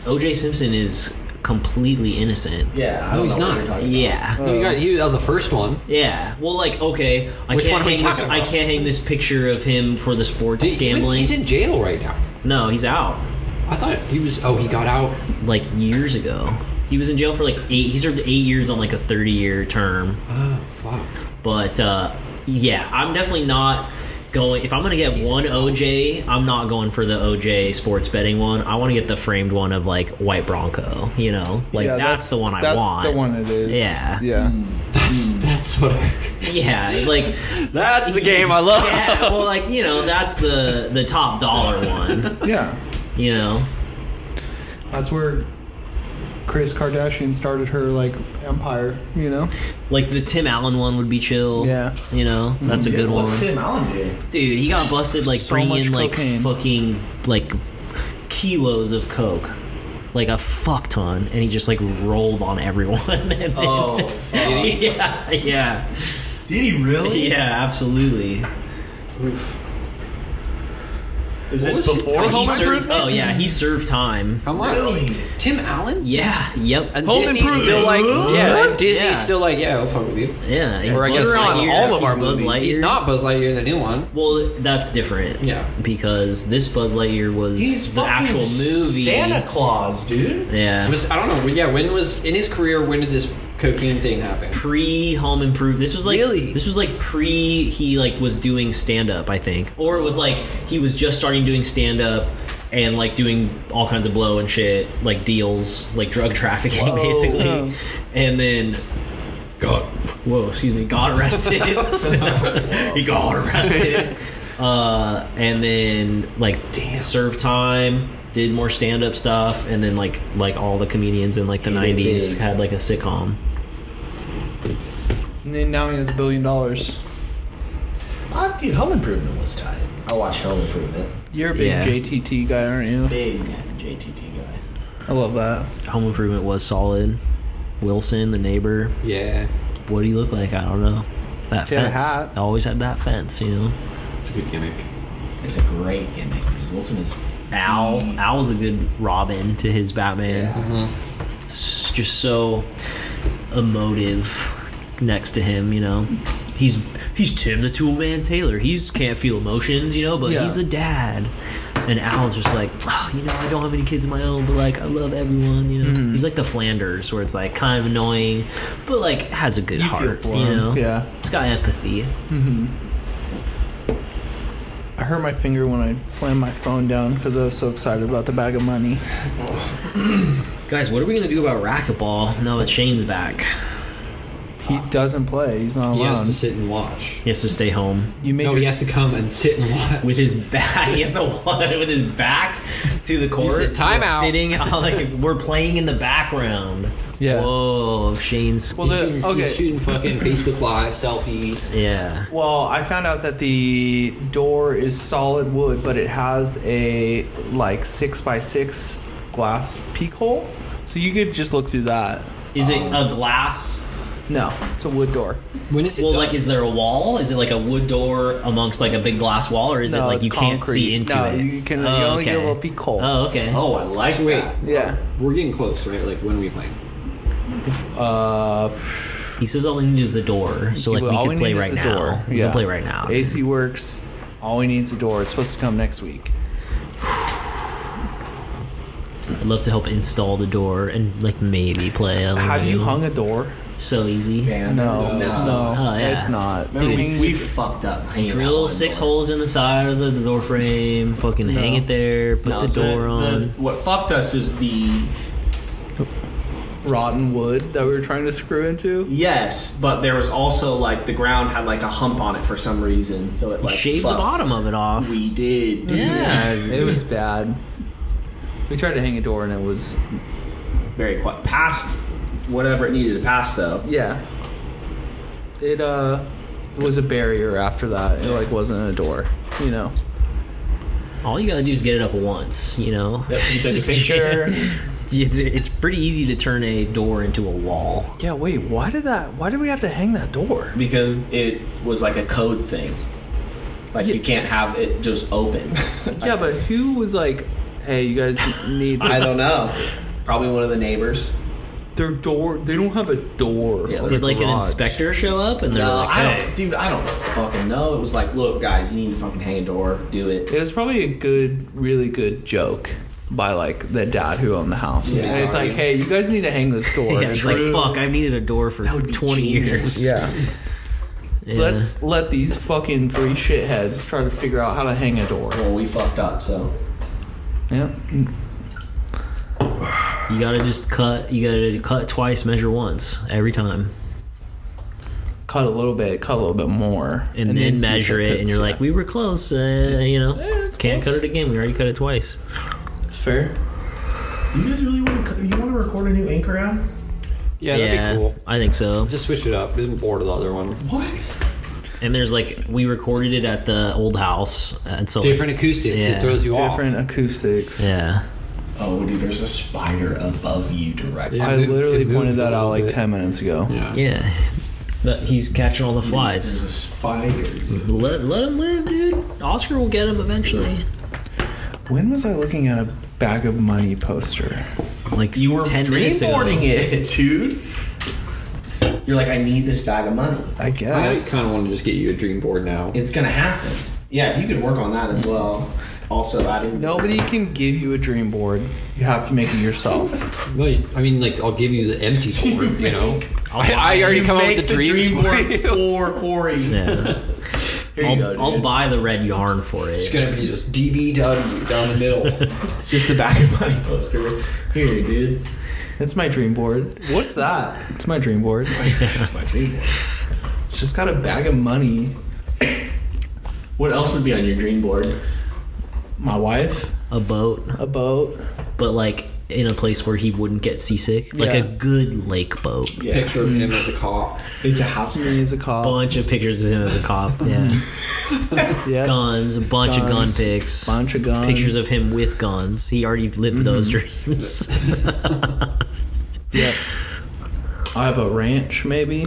Speaker 3: O.J. Simpson is completely innocent.
Speaker 4: yeah, I
Speaker 1: No,
Speaker 4: don't
Speaker 1: he's
Speaker 4: know
Speaker 1: not.
Speaker 4: What you're talking
Speaker 3: Yeah.
Speaker 1: no, you got he was oh, the first one.
Speaker 3: Yeah. Well, like, okay, I
Speaker 1: Which
Speaker 3: can't
Speaker 1: one are we
Speaker 3: hang this.
Speaker 1: talking
Speaker 3: I
Speaker 1: about?
Speaker 3: can't hang this picture of him for the sports
Speaker 1: Did- he-
Speaker 3: gambling.
Speaker 1: He's in jail right now.
Speaker 3: no, he's out.
Speaker 1: I thought he was. Oh, he got out.
Speaker 3: Like years ago, he was in jail for like eight. He served eight years on like a thirty-year term.
Speaker 1: Oh fuck.
Speaker 3: But uh, yeah, I'm definitely not going. If I'm gonna get one OJ, I'm not going for the OJ sports betting one. I want to get the framed one of like White Bronco. You know, like
Speaker 2: Yeah,
Speaker 3: that's, the one I
Speaker 2: that's
Speaker 3: want.
Speaker 2: the one it is.
Speaker 3: Yeah.
Speaker 2: Yeah.
Speaker 1: That's
Speaker 2: Hmm.
Speaker 1: that's what. I,
Speaker 3: Yeah, like
Speaker 1: that's the game I love.
Speaker 3: yeah. Well, like you know, that's the the top dollar one.
Speaker 2: Yeah.
Speaker 3: You know,
Speaker 2: That's where Chris Kardashian started her like empire, you know?
Speaker 3: Like the Tim Allen one would be chill.
Speaker 2: Yeah.
Speaker 3: You know, that's a good
Speaker 4: Tim,
Speaker 3: one.
Speaker 4: What Tim Allen did?
Speaker 3: Dude, he got busted like
Speaker 2: So
Speaker 3: bringing
Speaker 2: much
Speaker 3: in like
Speaker 2: cocaine.
Speaker 3: fucking like kilos of coke. Like a fuck ton, and he just like rolled on everyone. and then-
Speaker 4: Oh, fuck.
Speaker 3: yeah, yeah,
Speaker 4: did he really?
Speaker 3: yeah, absolutely.
Speaker 4: Is this
Speaker 1: What was it?
Speaker 4: before
Speaker 3: he
Speaker 4: Home
Speaker 3: served,
Speaker 4: Improvement?
Speaker 3: oh yeah, he served time.
Speaker 1: How much?
Speaker 4: Really?
Speaker 1: Tim Allen?
Speaker 3: Yeah, yep,
Speaker 1: And
Speaker 2: Home
Speaker 1: Disney's still
Speaker 2: Improvement.
Speaker 1: like, yeah, and Disney's
Speaker 3: Yeah.
Speaker 1: still like, yeah, we'll fuck with you.
Speaker 3: yeah. He's
Speaker 1: Or I
Speaker 3: Buzz
Speaker 1: guess we're
Speaker 2: on
Speaker 3: Lightyear.
Speaker 2: all of
Speaker 3: He's
Speaker 2: our
Speaker 3: Buzz
Speaker 2: movies.
Speaker 3: Lightyear.
Speaker 1: He's not Buzz Lightyear, the new one.
Speaker 3: Well, that's different.
Speaker 1: Yeah.
Speaker 3: because this Buzz Lightyear was
Speaker 4: He's
Speaker 3: the
Speaker 4: fucking
Speaker 3: actual movie.
Speaker 4: Santa Claus, dude.
Speaker 3: Yeah.
Speaker 1: Was, I don't know. Yeah, when was in his career? When did this cocaine thing happen?
Speaker 3: pre home improve this was like
Speaker 1: Really?
Speaker 3: this was like pre he like was doing stand up i think or it was like he was just starting doing stand up and like doing all kinds of blow and shit like deals like drug trafficking basically
Speaker 2: Whoa.
Speaker 3: and then whoa excuse me got arrested he got arrested uh, and then like damn served time did more stand-up stuff and then like like all the comedians in like the
Speaker 4: did
Speaker 3: 90s
Speaker 4: big.
Speaker 3: had like a sitcom
Speaker 2: And then now he has a billion dollars.
Speaker 4: Ah, dude, Home Improvement was tight. I watched Home Improvement.
Speaker 2: You're a big
Speaker 3: Yeah.
Speaker 2: JTT guy, aren't you?
Speaker 4: Big JTT guy.
Speaker 2: I love that.
Speaker 3: Home Improvement was solid. Wilson, the neighbor,
Speaker 1: Yeah,
Speaker 3: what do he look like? I don't know. That
Speaker 2: He had a
Speaker 3: fence.
Speaker 2: hat.
Speaker 3: Always had that fence, you know.
Speaker 1: it's a good gimmick.
Speaker 4: It's a great gimmick. dude. Wilson is
Speaker 3: Al,
Speaker 2: Mm-hmm.
Speaker 3: Al was a good Robin to his Batman.
Speaker 2: Mm-hmm.
Speaker 3: S- Just so emotive next to him, you know. He's he's Tim the Tool Man Taylor. He's can't feel emotions, you know, but
Speaker 2: Yeah.
Speaker 3: he's a dad. And Al's just like, oh, you know, I don't have any kids of my own, but like I love everyone, you know.
Speaker 2: Mm-hmm.
Speaker 3: He's like the Flanders, where it's like kind of annoying, but like has a good
Speaker 2: You feel
Speaker 3: heart,
Speaker 2: for
Speaker 3: you
Speaker 2: him,
Speaker 3: know.
Speaker 2: yeah.
Speaker 3: he's got empathy.
Speaker 2: I hurt my finger when I slammed my phone down because I was so excited about the bag of money.
Speaker 3: Guys, what are we gonna do about racquetball now that Shane's back?
Speaker 2: He doesn't play. He's not
Speaker 1: He has
Speaker 2: allowed.
Speaker 1: to sit and watch.
Speaker 3: He has to stay home.
Speaker 2: You made
Speaker 1: No,
Speaker 2: your
Speaker 1: he has to come and sit and watch.
Speaker 3: with his back. He has to walk with his back to the court.
Speaker 1: said, "Time out."
Speaker 3: Sitting on, like we're playing in the background.
Speaker 2: Yeah.
Speaker 3: Whoa, Shane's.
Speaker 2: Well, the-
Speaker 1: He's
Speaker 2: okay.
Speaker 1: shooting fucking Facebook Live selfies.
Speaker 3: yeah.
Speaker 2: Well, I found out that the door is solid wood, but it has a like six by six glass peek hole, so you could just look through that.
Speaker 3: Is it a
Speaker 2: um,
Speaker 3: glass?
Speaker 2: No, it's a wood door.
Speaker 1: When is it
Speaker 3: Well,
Speaker 1: done?
Speaker 3: like, is there a wall? Is it like a wood door amongst like a big glass wall, or is
Speaker 2: no,
Speaker 3: it like
Speaker 2: it's
Speaker 3: you can't
Speaker 2: concrete.
Speaker 3: see into
Speaker 2: no,
Speaker 3: it?
Speaker 2: you can you
Speaker 3: Oh,
Speaker 2: only get a
Speaker 3: okay.
Speaker 2: little peek hole.
Speaker 3: Oh, okay.
Speaker 4: Oh, I like
Speaker 1: So wait,
Speaker 4: that.
Speaker 2: Yeah.
Speaker 1: we're getting close, right? Like when are we playing?
Speaker 2: Uh,
Speaker 3: He says all we need is the door, so like we
Speaker 2: all
Speaker 3: could play
Speaker 2: need
Speaker 3: right
Speaker 2: is the
Speaker 3: now.
Speaker 2: door.
Speaker 3: We
Speaker 2: yeah.
Speaker 3: can play right now.
Speaker 2: AC works. All we need is a door. It's supposed to come next week.
Speaker 3: I'd love to help install the door and like maybe play. I don't
Speaker 2: Have you
Speaker 3: know.
Speaker 2: hung a door?
Speaker 3: So easy.
Speaker 4: Yeah.
Speaker 2: No, no,
Speaker 4: No.
Speaker 3: Oh, yeah.
Speaker 2: it's not.
Speaker 4: Remember,
Speaker 2: Dude,
Speaker 4: we, we fucked up. hanging out
Speaker 3: Drill
Speaker 4: one
Speaker 3: six
Speaker 4: door.
Speaker 3: holes in the side of the door frame, fucking hang it there, put the
Speaker 4: No,
Speaker 3: door on.
Speaker 4: the- what fucked us is the
Speaker 2: rotten wood that we were trying to screw into.
Speaker 4: yes, but there was also like the ground had like a hump on it for some reason, so it like
Speaker 3: Shave the
Speaker 4: fucked.
Speaker 3: bottom of it off.
Speaker 4: We did.
Speaker 3: Yeah.
Speaker 2: it was bad. We tried to hang a door and it was
Speaker 4: very quiet. Past whatever it needed to pass though.
Speaker 2: yeah. It uh was a barrier after that. It like wasn't a door, you know.
Speaker 3: All you gotta do is get it up once, you know?
Speaker 4: You took a
Speaker 3: Just-
Speaker 4: picture.
Speaker 3: It's, it's pretty easy to turn a door into a wall.
Speaker 2: Yeah, wait, why did that why did we have to hang that door?
Speaker 4: because it was like a code thing. Like you can't have it just open.
Speaker 2: Yeah, but who was like, "Hey, you guys need
Speaker 4: I don't know. Probably one of the neighbors.
Speaker 2: their door. They don't have a door."
Speaker 4: Yeah,
Speaker 2: or
Speaker 3: Did like an
Speaker 2: garage."
Speaker 3: inspector show up and they're
Speaker 4: No,
Speaker 3: like,
Speaker 4: I
Speaker 3: hey.
Speaker 4: don't, dude. I don't fucking know. It was like, look, guys, you need to fucking hang a door. Do it.
Speaker 2: It was probably a good, really good joke by like the dad who owned the house.
Speaker 4: Yeah.
Speaker 2: And it's like, "Hey, you guys need to hang this door."
Speaker 3: Yeah,
Speaker 2: And
Speaker 3: it's
Speaker 2: it's
Speaker 3: like, fuck, I've needed a door for 20 years.
Speaker 2: Yeah.
Speaker 3: Yeah.
Speaker 2: Let's let these fucking three shitheads try to figure out how to hang a door.
Speaker 4: Well, we fucked up, so
Speaker 2: Yeah.
Speaker 3: You gotta just cut, you gotta cut twice, measure once, every time.
Speaker 2: Cut a little bit, cut a little bit more.
Speaker 3: and, then,
Speaker 2: see if
Speaker 3: measure it, and
Speaker 2: fits,
Speaker 3: you're
Speaker 2: yeah.
Speaker 3: like, we were close, uh, you know.
Speaker 2: it's
Speaker 3: Can't
Speaker 2: close.
Speaker 3: cut it again. We already cut it twice.
Speaker 2: fair.
Speaker 4: you guys really want to? You want to record a new anchor app?
Speaker 1: Yeah, that'd be cool.
Speaker 3: I think so.
Speaker 1: Just switch it up. I'm bored of the other one.
Speaker 4: What?
Speaker 3: And there's like we recorded it at the old house, and so like,
Speaker 1: Different acoustics.
Speaker 3: Yeah.
Speaker 1: It throws you
Speaker 2: Different acoustics.
Speaker 3: yeah,
Speaker 4: Oh, dude, there's a spider above you directly.
Speaker 1: Yeah.
Speaker 2: I
Speaker 1: It moved-
Speaker 2: literally
Speaker 1: it moved
Speaker 2: pointed
Speaker 1: a
Speaker 2: that
Speaker 1: little
Speaker 2: out like
Speaker 1: bit.
Speaker 2: ten minutes ago.
Speaker 1: off. Yeah.
Speaker 3: yeah. But he's catching all the
Speaker 4: There's
Speaker 3: flies.
Speaker 4: a spider.
Speaker 3: Let, let him live, dude. Oscar will get him eventually.
Speaker 2: When was I looking at a bag of money poster?
Speaker 3: Like
Speaker 4: You were
Speaker 3: ten minutes ago.
Speaker 4: dreamboarding it, dude. You're like, I need this bag of money.
Speaker 2: I
Speaker 1: I
Speaker 2: guess.
Speaker 1: kind of want to just get you a dream board now.
Speaker 4: It's gonna happen. Yeah, if you could work on that as well. Also, I didn't.
Speaker 2: Nobody can give you a dream board. You have to make it yourself.
Speaker 1: No, you- I mean, like I'll give you the empty board. You know, I, I already
Speaker 4: You
Speaker 1: come up
Speaker 4: make
Speaker 1: with the dreams.
Speaker 4: dream
Speaker 1: board.
Speaker 4: board for Corey.
Speaker 3: Yeah.
Speaker 4: Here you
Speaker 3: I'll,
Speaker 4: go,
Speaker 3: I'll
Speaker 4: dude.
Speaker 3: buy the red yarn for
Speaker 1: It's
Speaker 3: it.
Speaker 1: gonna be just
Speaker 4: DBW down the middle. it's just the back of my poster. Here, dude.
Speaker 2: It's my dream board. What's that? It's my dream board.
Speaker 4: That's my dream board.
Speaker 2: It's just got a bag of money.
Speaker 4: What else would be on your dream board?
Speaker 2: My wife,
Speaker 3: A boat,
Speaker 2: a boat.
Speaker 3: but like in a place where he wouldn't get seasick, like
Speaker 2: Yeah.
Speaker 3: a good lake boat.
Speaker 4: Yeah.
Speaker 1: picture of him as a cop.
Speaker 4: It's a house.
Speaker 2: Me as a cop.
Speaker 3: Bunch of pictures of him as a cop. Yeah,
Speaker 2: Yeah.
Speaker 3: guns, a bunch of gun
Speaker 2: Guns.
Speaker 3: pics,
Speaker 2: Bunch of guns.
Speaker 3: pictures of him with guns. He already lived those dreams.
Speaker 2: Yep. I have a ranch, maybe.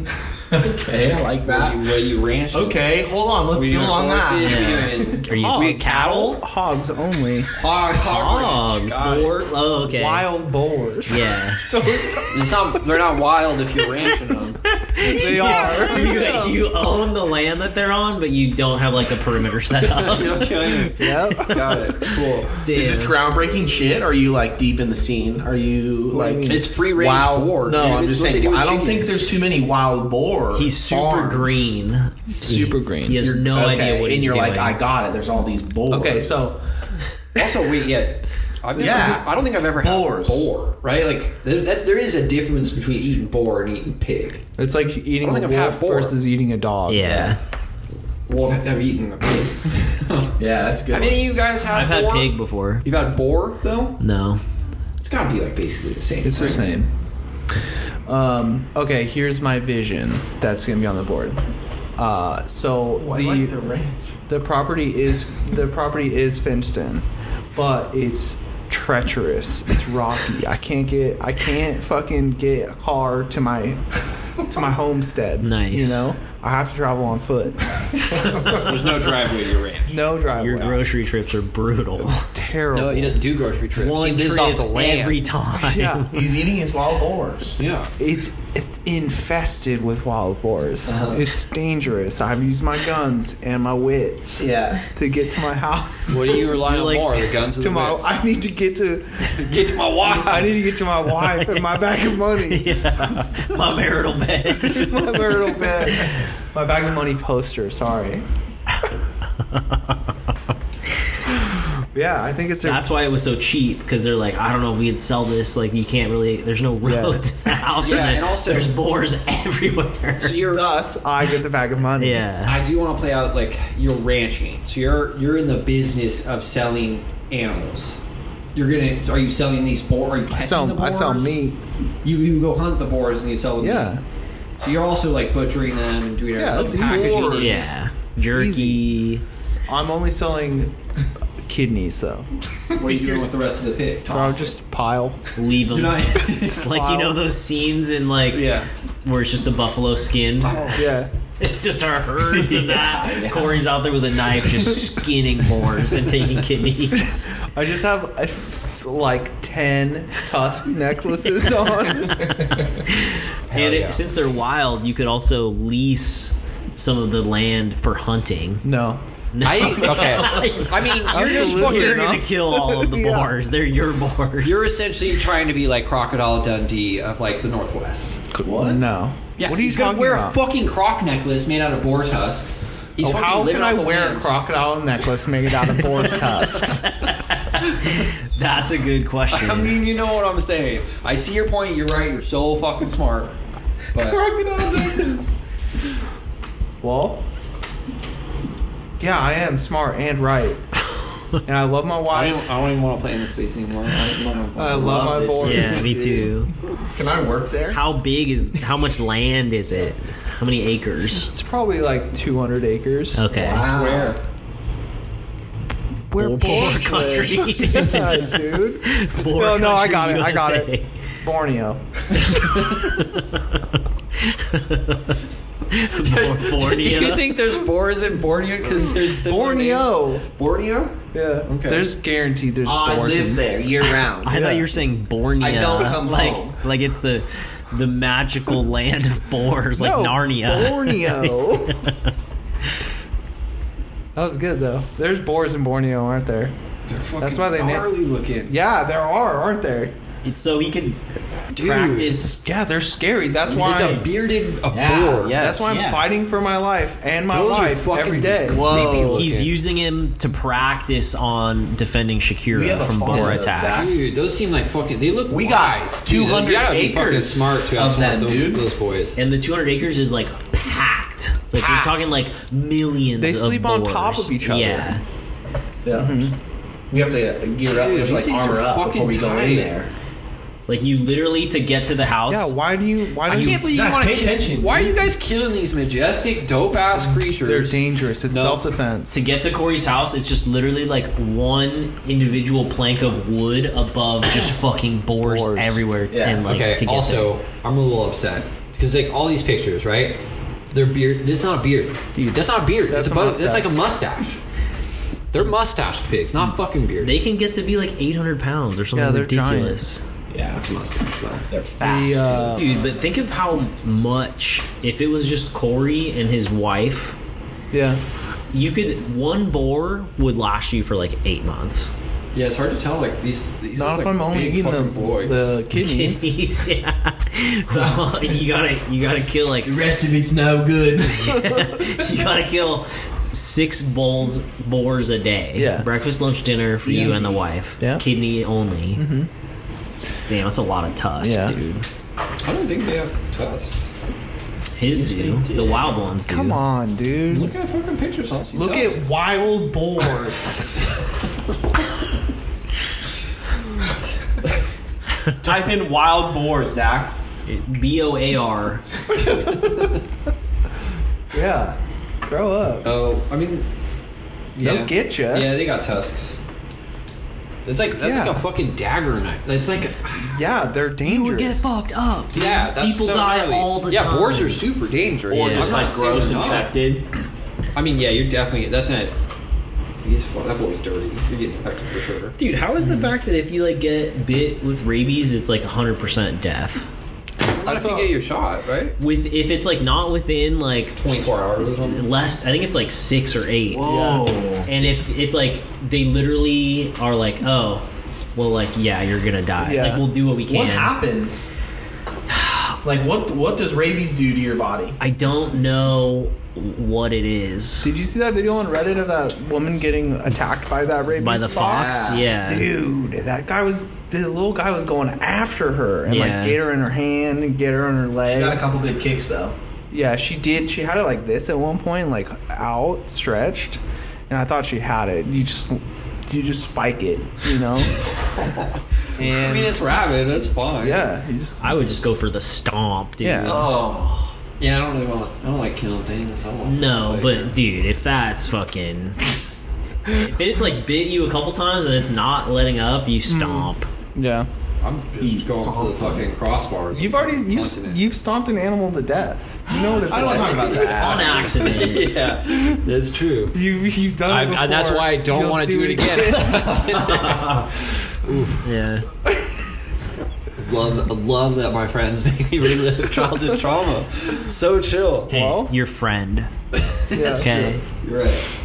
Speaker 4: Okay, I like
Speaker 1: Where you, where you ranch?
Speaker 4: Okay, hold on. Let's build on that.
Speaker 3: Are you
Speaker 2: Hogs.
Speaker 3: cattle?
Speaker 2: Hogs only.
Speaker 1: Hog, hog,
Speaker 3: Hogs, boar. Oh, okay.
Speaker 2: Wild boars.
Speaker 3: Yeah.
Speaker 2: So it's,
Speaker 1: It's not, they're not wild if you're ranching them.
Speaker 2: they are.
Speaker 3: You, you own the land that they're on, but you don't have like a perimeter set up.
Speaker 2: Yep.
Speaker 1: Got it. Cool.
Speaker 3: Damn.
Speaker 4: Is this groundbreaking shit? Or are you like deep in the scene? Are
Speaker 2: What
Speaker 4: you
Speaker 2: do
Speaker 4: like
Speaker 2: you mean?
Speaker 1: It's free range
Speaker 4: wild?
Speaker 1: boar.
Speaker 4: no,
Speaker 1: dude.
Speaker 4: I'm
Speaker 1: It's
Speaker 4: just
Speaker 1: what they
Speaker 4: saying.
Speaker 1: do with
Speaker 4: I don't think
Speaker 1: chickens.
Speaker 4: there's too many wild boar.
Speaker 3: He's super
Speaker 4: farms.
Speaker 3: green.
Speaker 2: Super
Speaker 3: He
Speaker 2: green.
Speaker 3: has no
Speaker 4: okay,
Speaker 3: idea what
Speaker 4: and
Speaker 3: he's
Speaker 4: you're
Speaker 3: doing.
Speaker 4: like, I got it. There's all these boars.
Speaker 2: Okay, so
Speaker 1: also we yeah. I've never,
Speaker 4: Yeah.
Speaker 1: I don't think I've ever
Speaker 4: Boars.
Speaker 1: had a boar. Right? Like there, that, there is a difference between eating boar and eating pig.
Speaker 2: it's like eating
Speaker 1: I
Speaker 2: a
Speaker 1: don't think I've
Speaker 2: wolf
Speaker 1: had boar.
Speaker 2: versus eating a dog.
Speaker 3: yeah.
Speaker 1: Well, I've never eaten a pig.
Speaker 4: yeah, that's good.
Speaker 1: have any of you guys had?
Speaker 3: I've had
Speaker 1: boar?
Speaker 3: pig before.
Speaker 1: You've had boar though.
Speaker 3: No.
Speaker 1: It's got to be like basically the same.
Speaker 2: It's the same. Um, okay, here's my vision. That's gonna be on the board. Uh, so
Speaker 4: Oh, I
Speaker 2: the,
Speaker 4: like the
Speaker 2: the
Speaker 4: ranch.
Speaker 2: property is the property is fenced in, but it's treacherous. It's rocky. I can't get I can't fucking get a car to my to my homestead.
Speaker 3: Nice.
Speaker 2: You know, I have to travel on foot.
Speaker 1: There's no driveway to your ranch.
Speaker 2: No
Speaker 3: Your
Speaker 2: driveway.
Speaker 3: grocery trips are brutal.
Speaker 2: Terrible.
Speaker 1: No, he doesn't do grocery trips. he
Speaker 3: One
Speaker 1: lives
Speaker 3: trip
Speaker 1: off the land.
Speaker 3: every time.
Speaker 2: Yeah.
Speaker 4: He's eating his wild boars.
Speaker 1: Yeah.
Speaker 2: It's, it's infested with wild boars.
Speaker 4: Uh-huh.
Speaker 2: It's dangerous. I've used my guns and my wits
Speaker 4: Yeah.
Speaker 2: to get to my house.
Speaker 1: What do you rely on
Speaker 3: like,
Speaker 1: more? The guns and the
Speaker 2: Tomorrow,
Speaker 1: whips?
Speaker 2: I need to get to.
Speaker 1: Get to my wife.
Speaker 2: I need to get to my wife and my bag of money,
Speaker 3: Yeah. My marital bed.
Speaker 2: my marital bed, my bag of money poster. Sorry. yeah, I think it's a.
Speaker 3: That's why it was so cheap because they're like, I don't know if we could sell this. Like, you can't really. There's no road
Speaker 2: Yeah.
Speaker 3: to the house.
Speaker 1: Yeah,
Speaker 3: and
Speaker 1: and also-
Speaker 3: there's boars everywhere.
Speaker 1: So you're
Speaker 2: Thus, I get the bag of money.
Speaker 3: yeah,
Speaker 1: I do want to play out like you're ranching. So you're you're in the business of selling animals. You're gonna are you selling these boars? Are you
Speaker 2: I
Speaker 1: catching the
Speaker 2: sell, I
Speaker 1: boars?
Speaker 2: sell meat.
Speaker 1: You you go hunt the boars and you sell them.
Speaker 2: Yeah.
Speaker 1: So you're also like butchering them and doing
Speaker 2: Yeah, that's
Speaker 1: everything.
Speaker 2: easy.
Speaker 1: Packaging it.
Speaker 3: yeah,
Speaker 2: It's
Speaker 3: jerky.
Speaker 2: easy. I'm only selling kidneys though.
Speaker 1: What are you doing with the rest of the pig?
Speaker 2: So I'll
Speaker 1: Toss it.
Speaker 2: just pile.
Speaker 3: Leave them.
Speaker 1: You're not-
Speaker 3: it's like you know those scenes in like
Speaker 1: yeah. Oh.
Speaker 3: where it's just the buffalo skin.
Speaker 2: Yeah.
Speaker 3: It's just our herds and that. Corey's out there with a knife, just skinning boars and taking kidneys.
Speaker 2: I just have a f- like 10 tusk necklaces on.
Speaker 3: and it,
Speaker 1: yeah.
Speaker 3: since they're wild, you could also lease some of the land for hunting.
Speaker 2: No.
Speaker 1: I okay. I mean, you're just
Speaker 2: Absolutely
Speaker 3: You're
Speaker 1: fucking.
Speaker 3: gonna kill all of the
Speaker 2: Yeah.
Speaker 3: boars. They're your boars.
Speaker 1: You're essentially trying to be like Crocodile Dundee of like the Northwest.
Speaker 4: What?
Speaker 2: No. what are you
Speaker 1: he's gonna
Speaker 2: talking
Speaker 1: wear
Speaker 2: about?
Speaker 1: a fucking croc necklace made out of boar's husks. He's
Speaker 2: Oh,
Speaker 1: fucking
Speaker 2: how
Speaker 1: living
Speaker 2: can
Speaker 1: off
Speaker 2: I
Speaker 1: the
Speaker 2: wear a
Speaker 1: land.
Speaker 2: crocodile necklace made out of boar's tusks?
Speaker 3: That's a good question.
Speaker 1: I mean, you know what I'm saying. I see your point. You're right. You're so fucking smart. But
Speaker 2: Well, yeah, I am smart and right. and I love my
Speaker 6: I
Speaker 2: wife.
Speaker 6: don't, I don't even want to play in this space anymore. I don't want to
Speaker 2: I love,
Speaker 4: Love
Speaker 2: my
Speaker 4: this
Speaker 2: boys.
Speaker 4: space.
Speaker 3: Yeah, me too.
Speaker 2: Can I work there?
Speaker 3: How big is? How much land is it? How many acres?
Speaker 2: It's probably like 200 acres.
Speaker 3: Okay.
Speaker 1: Ah,
Speaker 4: Where?
Speaker 3: Poor
Speaker 2: We're born
Speaker 3: country, dude.
Speaker 2: yeah, dude.
Speaker 3: Poor
Speaker 2: no, no,
Speaker 3: country
Speaker 2: I got it. I got
Speaker 3: USA.
Speaker 2: it. Borneo.
Speaker 3: Bor- Borneo.
Speaker 1: Do you think there's boars in Borneo? Because there's similar names?
Speaker 2: Borneo.
Speaker 4: Borneo?
Speaker 2: Yeah. Okay. There's guaranteed there's
Speaker 4: I
Speaker 2: boars
Speaker 4: live
Speaker 2: in-
Speaker 4: there year round.
Speaker 3: I thought you were saying Borneo.
Speaker 4: I don't come
Speaker 3: like,
Speaker 4: home.
Speaker 3: Like it's the the magical land of boars, like
Speaker 2: No,
Speaker 3: Narnia.
Speaker 2: Borneo. that was good though. There's boars in Borneo, aren't there? That's why they na-
Speaker 6: gnarly looking.
Speaker 2: Yeah, there are, aren't there?
Speaker 3: It's so he could practice.
Speaker 2: Yeah, they're scary. That's why.
Speaker 5: It's a bearded a
Speaker 3: Yeah,
Speaker 5: boar.
Speaker 3: yes.
Speaker 2: that's why I'm
Speaker 3: Yeah.
Speaker 2: fighting for my life and my
Speaker 5: Those are
Speaker 2: life
Speaker 5: fucking
Speaker 2: every day.
Speaker 5: Whoa.
Speaker 3: He's
Speaker 5: Okay.
Speaker 3: using him to practice on defending
Speaker 4: We have
Speaker 3: Shakira
Speaker 4: a
Speaker 3: from boar
Speaker 4: font of those,
Speaker 3: attacks.
Speaker 1: Dude, those seem like fucking. They look.
Speaker 4: We got
Speaker 1: wise, dude.
Speaker 4: 200
Speaker 1: You gotta be fucking
Speaker 4: acres
Speaker 1: smart to
Speaker 4: of
Speaker 1: outsmart
Speaker 4: them,
Speaker 1: those,
Speaker 4: dude.
Speaker 1: those boys.
Speaker 3: And the 200 acres is like packed. Like
Speaker 1: Packed.
Speaker 3: we're talking like millions.
Speaker 2: They
Speaker 3: of
Speaker 2: sleep on
Speaker 3: boars.
Speaker 2: top of each other.
Speaker 3: Yeah.
Speaker 4: Yeah. We have to uh, gear
Speaker 1: Mm-hmm. Dude,
Speaker 4: up. we have to
Speaker 1: these
Speaker 4: like
Speaker 1: things
Speaker 4: armor
Speaker 1: are
Speaker 4: up before
Speaker 1: fucking
Speaker 4: we go in
Speaker 1: tight.
Speaker 4: there.
Speaker 3: Like you literally to get to the house.
Speaker 2: Yeah, why do you? Why do
Speaker 1: I
Speaker 2: you?
Speaker 1: can't believe
Speaker 4: Zach,
Speaker 1: you want
Speaker 4: pay
Speaker 1: to. Kill,
Speaker 4: attention.
Speaker 1: why are you guys killing these majestic, dope ass creatures?
Speaker 2: They're dangerous. It's
Speaker 1: No.
Speaker 2: self defense.
Speaker 3: to get to Corey's house, it's just literally like one individual plank of wood above just fucking boars,
Speaker 2: Boars.
Speaker 3: everywhere.
Speaker 4: Yeah.
Speaker 3: And like
Speaker 1: okay.
Speaker 3: to get
Speaker 1: also, I'm a little upset because like all these pictures, right? They're beard. That's not a beard, dude. That's not a beard.
Speaker 2: That's
Speaker 1: That's it's
Speaker 2: a
Speaker 1: a bu-
Speaker 2: mustache.
Speaker 1: That's like a mustache. They're mustached pigs, not fucking
Speaker 3: there.
Speaker 1: beard.
Speaker 3: they can get to be like 800 pounds or something
Speaker 2: Yeah, they're
Speaker 3: ridiculous.
Speaker 4: Yeah.
Speaker 1: mustache though.
Speaker 4: They're fast.
Speaker 2: The, uh,
Speaker 3: Dude, but think of how much if it was just Corey and his wife,
Speaker 2: yeah.
Speaker 3: you could one boar would last you for like eight months.
Speaker 1: Yeah, it's hard to tell. Like these. these look
Speaker 2: Not if
Speaker 1: like
Speaker 2: I'm only
Speaker 1: big
Speaker 2: eating the,
Speaker 1: fucking boys.
Speaker 2: the kidneys.
Speaker 3: Kidneys, yeah. you gotta you gotta kill like
Speaker 4: the rest of it's no good.
Speaker 3: you gotta kill six bowls boars a day.
Speaker 2: Yeah.
Speaker 3: Breakfast, lunch, dinner for you and the wife.
Speaker 2: Yeah. Mm-hmm.
Speaker 3: Kidney only. Damn, that's a lot of tusk,
Speaker 2: Yeah.
Speaker 3: dude.
Speaker 1: I don't think they have tusks.
Speaker 3: His do. The wild ones do.
Speaker 2: Come on, dude.
Speaker 1: Look at fucking pictures. I don't see
Speaker 2: Look
Speaker 1: tusks.
Speaker 2: at wild boars.
Speaker 4: Type in wild boar, Zach.
Speaker 3: B O A R.
Speaker 2: yeah. Grow up.
Speaker 1: Oh, I mean,
Speaker 2: They'll
Speaker 1: yeah.
Speaker 2: get ya.
Speaker 1: Yeah, they got tusks. It's like that's
Speaker 2: Yeah.
Speaker 1: like a fucking dagger knife. It's like,
Speaker 2: Yeah, they're dangerous.
Speaker 3: fucked up, dude.
Speaker 1: yeah, that's
Speaker 3: People
Speaker 1: so
Speaker 3: die
Speaker 1: gnarly.
Speaker 3: all the
Speaker 1: yeah,
Speaker 3: time.
Speaker 1: boars are super dangerous.
Speaker 4: Or
Speaker 3: Yeah.
Speaker 4: just
Speaker 1: I'm not
Speaker 4: like gross
Speaker 1: saying no.
Speaker 4: infected.
Speaker 1: I mean, yeah, you're definitely that's not. He's that boy's dirty. You're getting infected for sure.
Speaker 3: Dude, how is the fact that if you like get bit with rabies, it's like 100% death?
Speaker 1: Not if you
Speaker 2: saw-
Speaker 1: get your shot, right?
Speaker 3: With if it's like not within like
Speaker 1: 24 hours or
Speaker 3: s-
Speaker 1: something.
Speaker 3: Less, I think it's like six or eight.
Speaker 4: Whoa.
Speaker 3: And if it's like they literally are like, oh, well, like yeah, you're gonna die.
Speaker 2: Yeah.
Speaker 3: Like we'll do what we can.
Speaker 4: What happens? Like what? What does rabies do to your body?
Speaker 3: I don't know what it is
Speaker 2: Did you see that video on Reddit of that woman getting attacked by that rapist?
Speaker 3: by the fox. Yeah,
Speaker 2: Dude, that guy was the little guy was going after her and
Speaker 3: Yeah.
Speaker 2: like get her in her hand and get her in her leg.
Speaker 4: She got a couple good kicks though.
Speaker 2: yeah, she did. She had it like this at one point, like out stretched, and I thought she had it. You just you just spike it, you know? and
Speaker 1: I mean, it's rabid. That's fine.
Speaker 2: yeah, you just
Speaker 3: I would just go for the stomp, dude.
Speaker 2: Yeah.
Speaker 1: Oh. Yeah, I don't really want. to I don't like killing things. I don't want
Speaker 3: No,
Speaker 1: like,
Speaker 3: but dude, if that's fucking, if it's like bit you a couple times and it's not letting up, you
Speaker 2: Hmm.
Speaker 3: stomp.
Speaker 2: yeah.
Speaker 1: I'm just going for the fucking crossbars.
Speaker 2: You've already
Speaker 1: Fucking
Speaker 2: you've,
Speaker 1: punching it.
Speaker 2: you've stomped an animal to death. You know what it's
Speaker 1: I don't
Speaker 2: like.
Speaker 1: wanna talk about that.
Speaker 3: On accident.
Speaker 1: yeah, that's true.
Speaker 2: You you've done it
Speaker 1: I've-
Speaker 2: before.
Speaker 1: and that's why I don't
Speaker 2: You'll
Speaker 1: want to do, it again.
Speaker 3: yeah.
Speaker 1: love, love that my friends make me relive childhood trauma. So chill.
Speaker 3: Hey,
Speaker 2: Well?
Speaker 3: your friend.
Speaker 2: Yeah.
Speaker 3: Okay.
Speaker 1: You're right.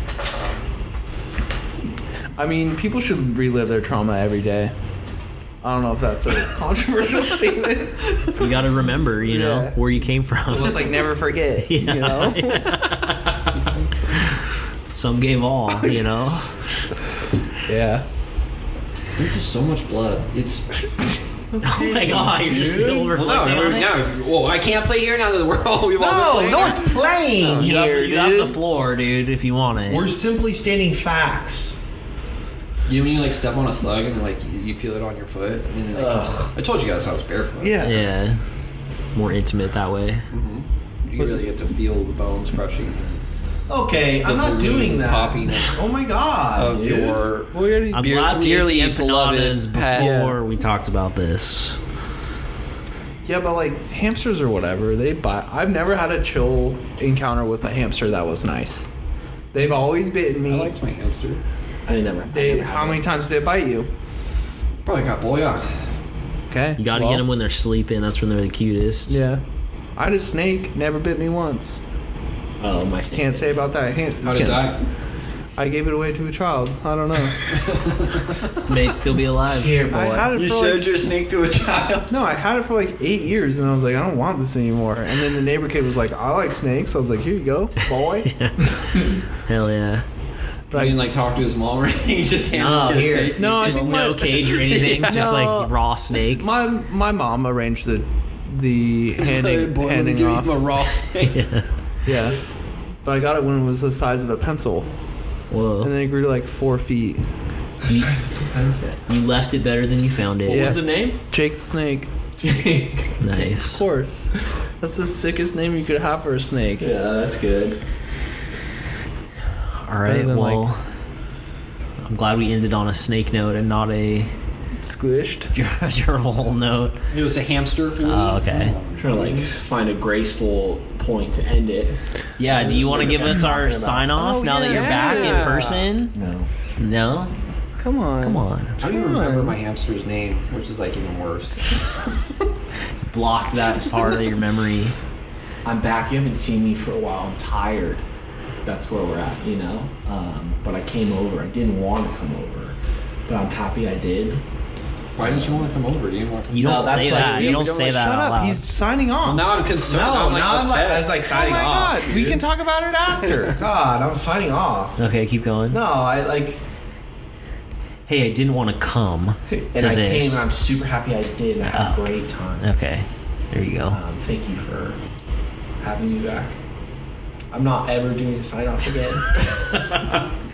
Speaker 2: I mean, people should relive their trauma every day. I don't know if that's a controversial statement.
Speaker 3: You got to remember, you know,
Speaker 2: Yeah.
Speaker 3: where you came from.
Speaker 2: It's like never forget,
Speaker 3: Yeah.
Speaker 2: you know.
Speaker 3: Some gave all, you know.
Speaker 2: Yeah.
Speaker 1: There's just so much blood. It's
Speaker 3: Oh my god, you're just still
Speaker 1: no,
Speaker 3: reflecting on it?
Speaker 1: Whoa, I can't play here now that we're all we've all been playing.
Speaker 4: playing
Speaker 3: You, have, you have the floor, dude, if you want it.
Speaker 4: We're simply stating facts.
Speaker 1: You know when you like step on a slug and like you- you feel it on your foot. And, like,
Speaker 4: Ugh.
Speaker 1: I told you guys I was barefoot.
Speaker 2: Yeah.
Speaker 3: Yeah. More intimate that way.
Speaker 1: hmm You
Speaker 2: Was-
Speaker 1: really get to feel the bones crushing
Speaker 4: Okay, I'm not
Speaker 1: balloon
Speaker 4: doing that.
Speaker 1: popping.
Speaker 4: Oh my god.
Speaker 1: of
Speaker 4: dude.
Speaker 1: your.
Speaker 2: We already
Speaker 3: I'm
Speaker 2: beer-
Speaker 3: glad we
Speaker 2: dearly
Speaker 3: ate the empanadas
Speaker 2: beloved pet.
Speaker 3: before we talked about this.
Speaker 2: Yeah, but like hamsters or whatever, they buy. I've never had a chill encounter with a hamster that was nice. They've always bitten me.
Speaker 1: I liked my hamster.
Speaker 4: I never. I
Speaker 2: they
Speaker 4: never had
Speaker 2: how
Speaker 4: one.
Speaker 2: many times did it bite you?
Speaker 1: Probably got boy on.
Speaker 2: Okay,
Speaker 3: You gotta get 'em get
Speaker 2: well,
Speaker 3: them when they're sleeping. That's when they're the cutest.
Speaker 2: Yeah, I had a snake, never bit me once.
Speaker 4: Oh my. snake
Speaker 2: Can't say about that. Ham-
Speaker 1: How did
Speaker 2: can't-
Speaker 1: that?
Speaker 2: I gave it away to a child. I don't know.
Speaker 3: It's made still be alive.
Speaker 4: Here, boy.
Speaker 2: I had it
Speaker 4: you
Speaker 2: for
Speaker 4: showed
Speaker 2: like-
Speaker 4: your snake to a child.
Speaker 2: No, I had it for like eight years, and I was like, I don't want this anymore. And then the neighbor kid was like, I like snakes. I was like, Here you go, boy.
Speaker 3: Hell yeah.
Speaker 2: But
Speaker 1: I
Speaker 2: I,
Speaker 1: didn't like talk to his mom or anything. He just handed
Speaker 4: Oh,
Speaker 1: me the
Speaker 4: here.
Speaker 1: steak.
Speaker 2: no, I
Speaker 3: just
Speaker 2: think
Speaker 3: no
Speaker 2: my,
Speaker 3: cage or anything. Just
Speaker 2: No.
Speaker 3: like raw snake.
Speaker 2: My my mom arranged the the handing
Speaker 4: boy, let me
Speaker 2: handing
Speaker 4: give you
Speaker 2: off.
Speaker 4: my raw snake.
Speaker 2: Yeah, but I got it when it was the size of a pencil, and
Speaker 3: Whoa.
Speaker 2: then it grew to like four feet.
Speaker 3: You left it better than you found it.
Speaker 4: What
Speaker 2: Yeah.
Speaker 4: was the name?
Speaker 2: Jake the snake, of
Speaker 3: Nice.
Speaker 2: course. That's the sickest name you could have for a snake.
Speaker 4: Yeah, that's good.
Speaker 3: All right.
Speaker 2: than, like-
Speaker 3: Well, I'm glad we ended on a snake note and not a
Speaker 2: Squished.
Speaker 3: gerbil note.
Speaker 1: It was a hamster.
Speaker 3: Oh, okay.
Speaker 4: Uh, I'm trying to like find a graceful point to end it.
Speaker 3: Yeah. Do you want to
Speaker 4: Like
Speaker 3: give
Speaker 4: I'm
Speaker 3: us our
Speaker 4: talking about-
Speaker 3: sign off
Speaker 2: Oh,
Speaker 3: now that you're back
Speaker 2: yeah.
Speaker 3: in person?
Speaker 4: No.
Speaker 3: No.
Speaker 2: Come on.
Speaker 3: Come on.
Speaker 1: I don't even
Speaker 4: Ah.
Speaker 1: remember
Speaker 2: on.
Speaker 1: my hamster's name, which is like even worse.
Speaker 3: Block that part of your memory.
Speaker 4: I'm back. You haven't seen me for a while. I'm tired. That's where we're at, you know. Um, but I came over. I didn't want to come over, but I'm happy I did.
Speaker 1: Why didn't you want to come over? You didn't want.
Speaker 3: You
Speaker 4: No,
Speaker 3: don't
Speaker 4: that's
Speaker 3: say
Speaker 4: like-
Speaker 3: that. You
Speaker 2: He's-
Speaker 3: don't say that
Speaker 2: Shut
Speaker 3: out
Speaker 2: up.
Speaker 3: loud.
Speaker 2: He's signing off.
Speaker 1: Oh, Now I'm concerned. I'm like upset.
Speaker 4: like
Speaker 2: oh
Speaker 4: signing
Speaker 2: my god. We can talk about it after.
Speaker 4: God, I'm signing off.
Speaker 3: Okay, keep going.
Speaker 4: No, I like,
Speaker 3: Hey, I didn't want to come to
Speaker 4: and I
Speaker 3: this.
Speaker 4: came. and I'm super happy I did. And I had
Speaker 3: Oh.
Speaker 4: a great time.
Speaker 3: okay, there you go.
Speaker 4: Um, thank you for having me back. I'm not ever doing a sign off again.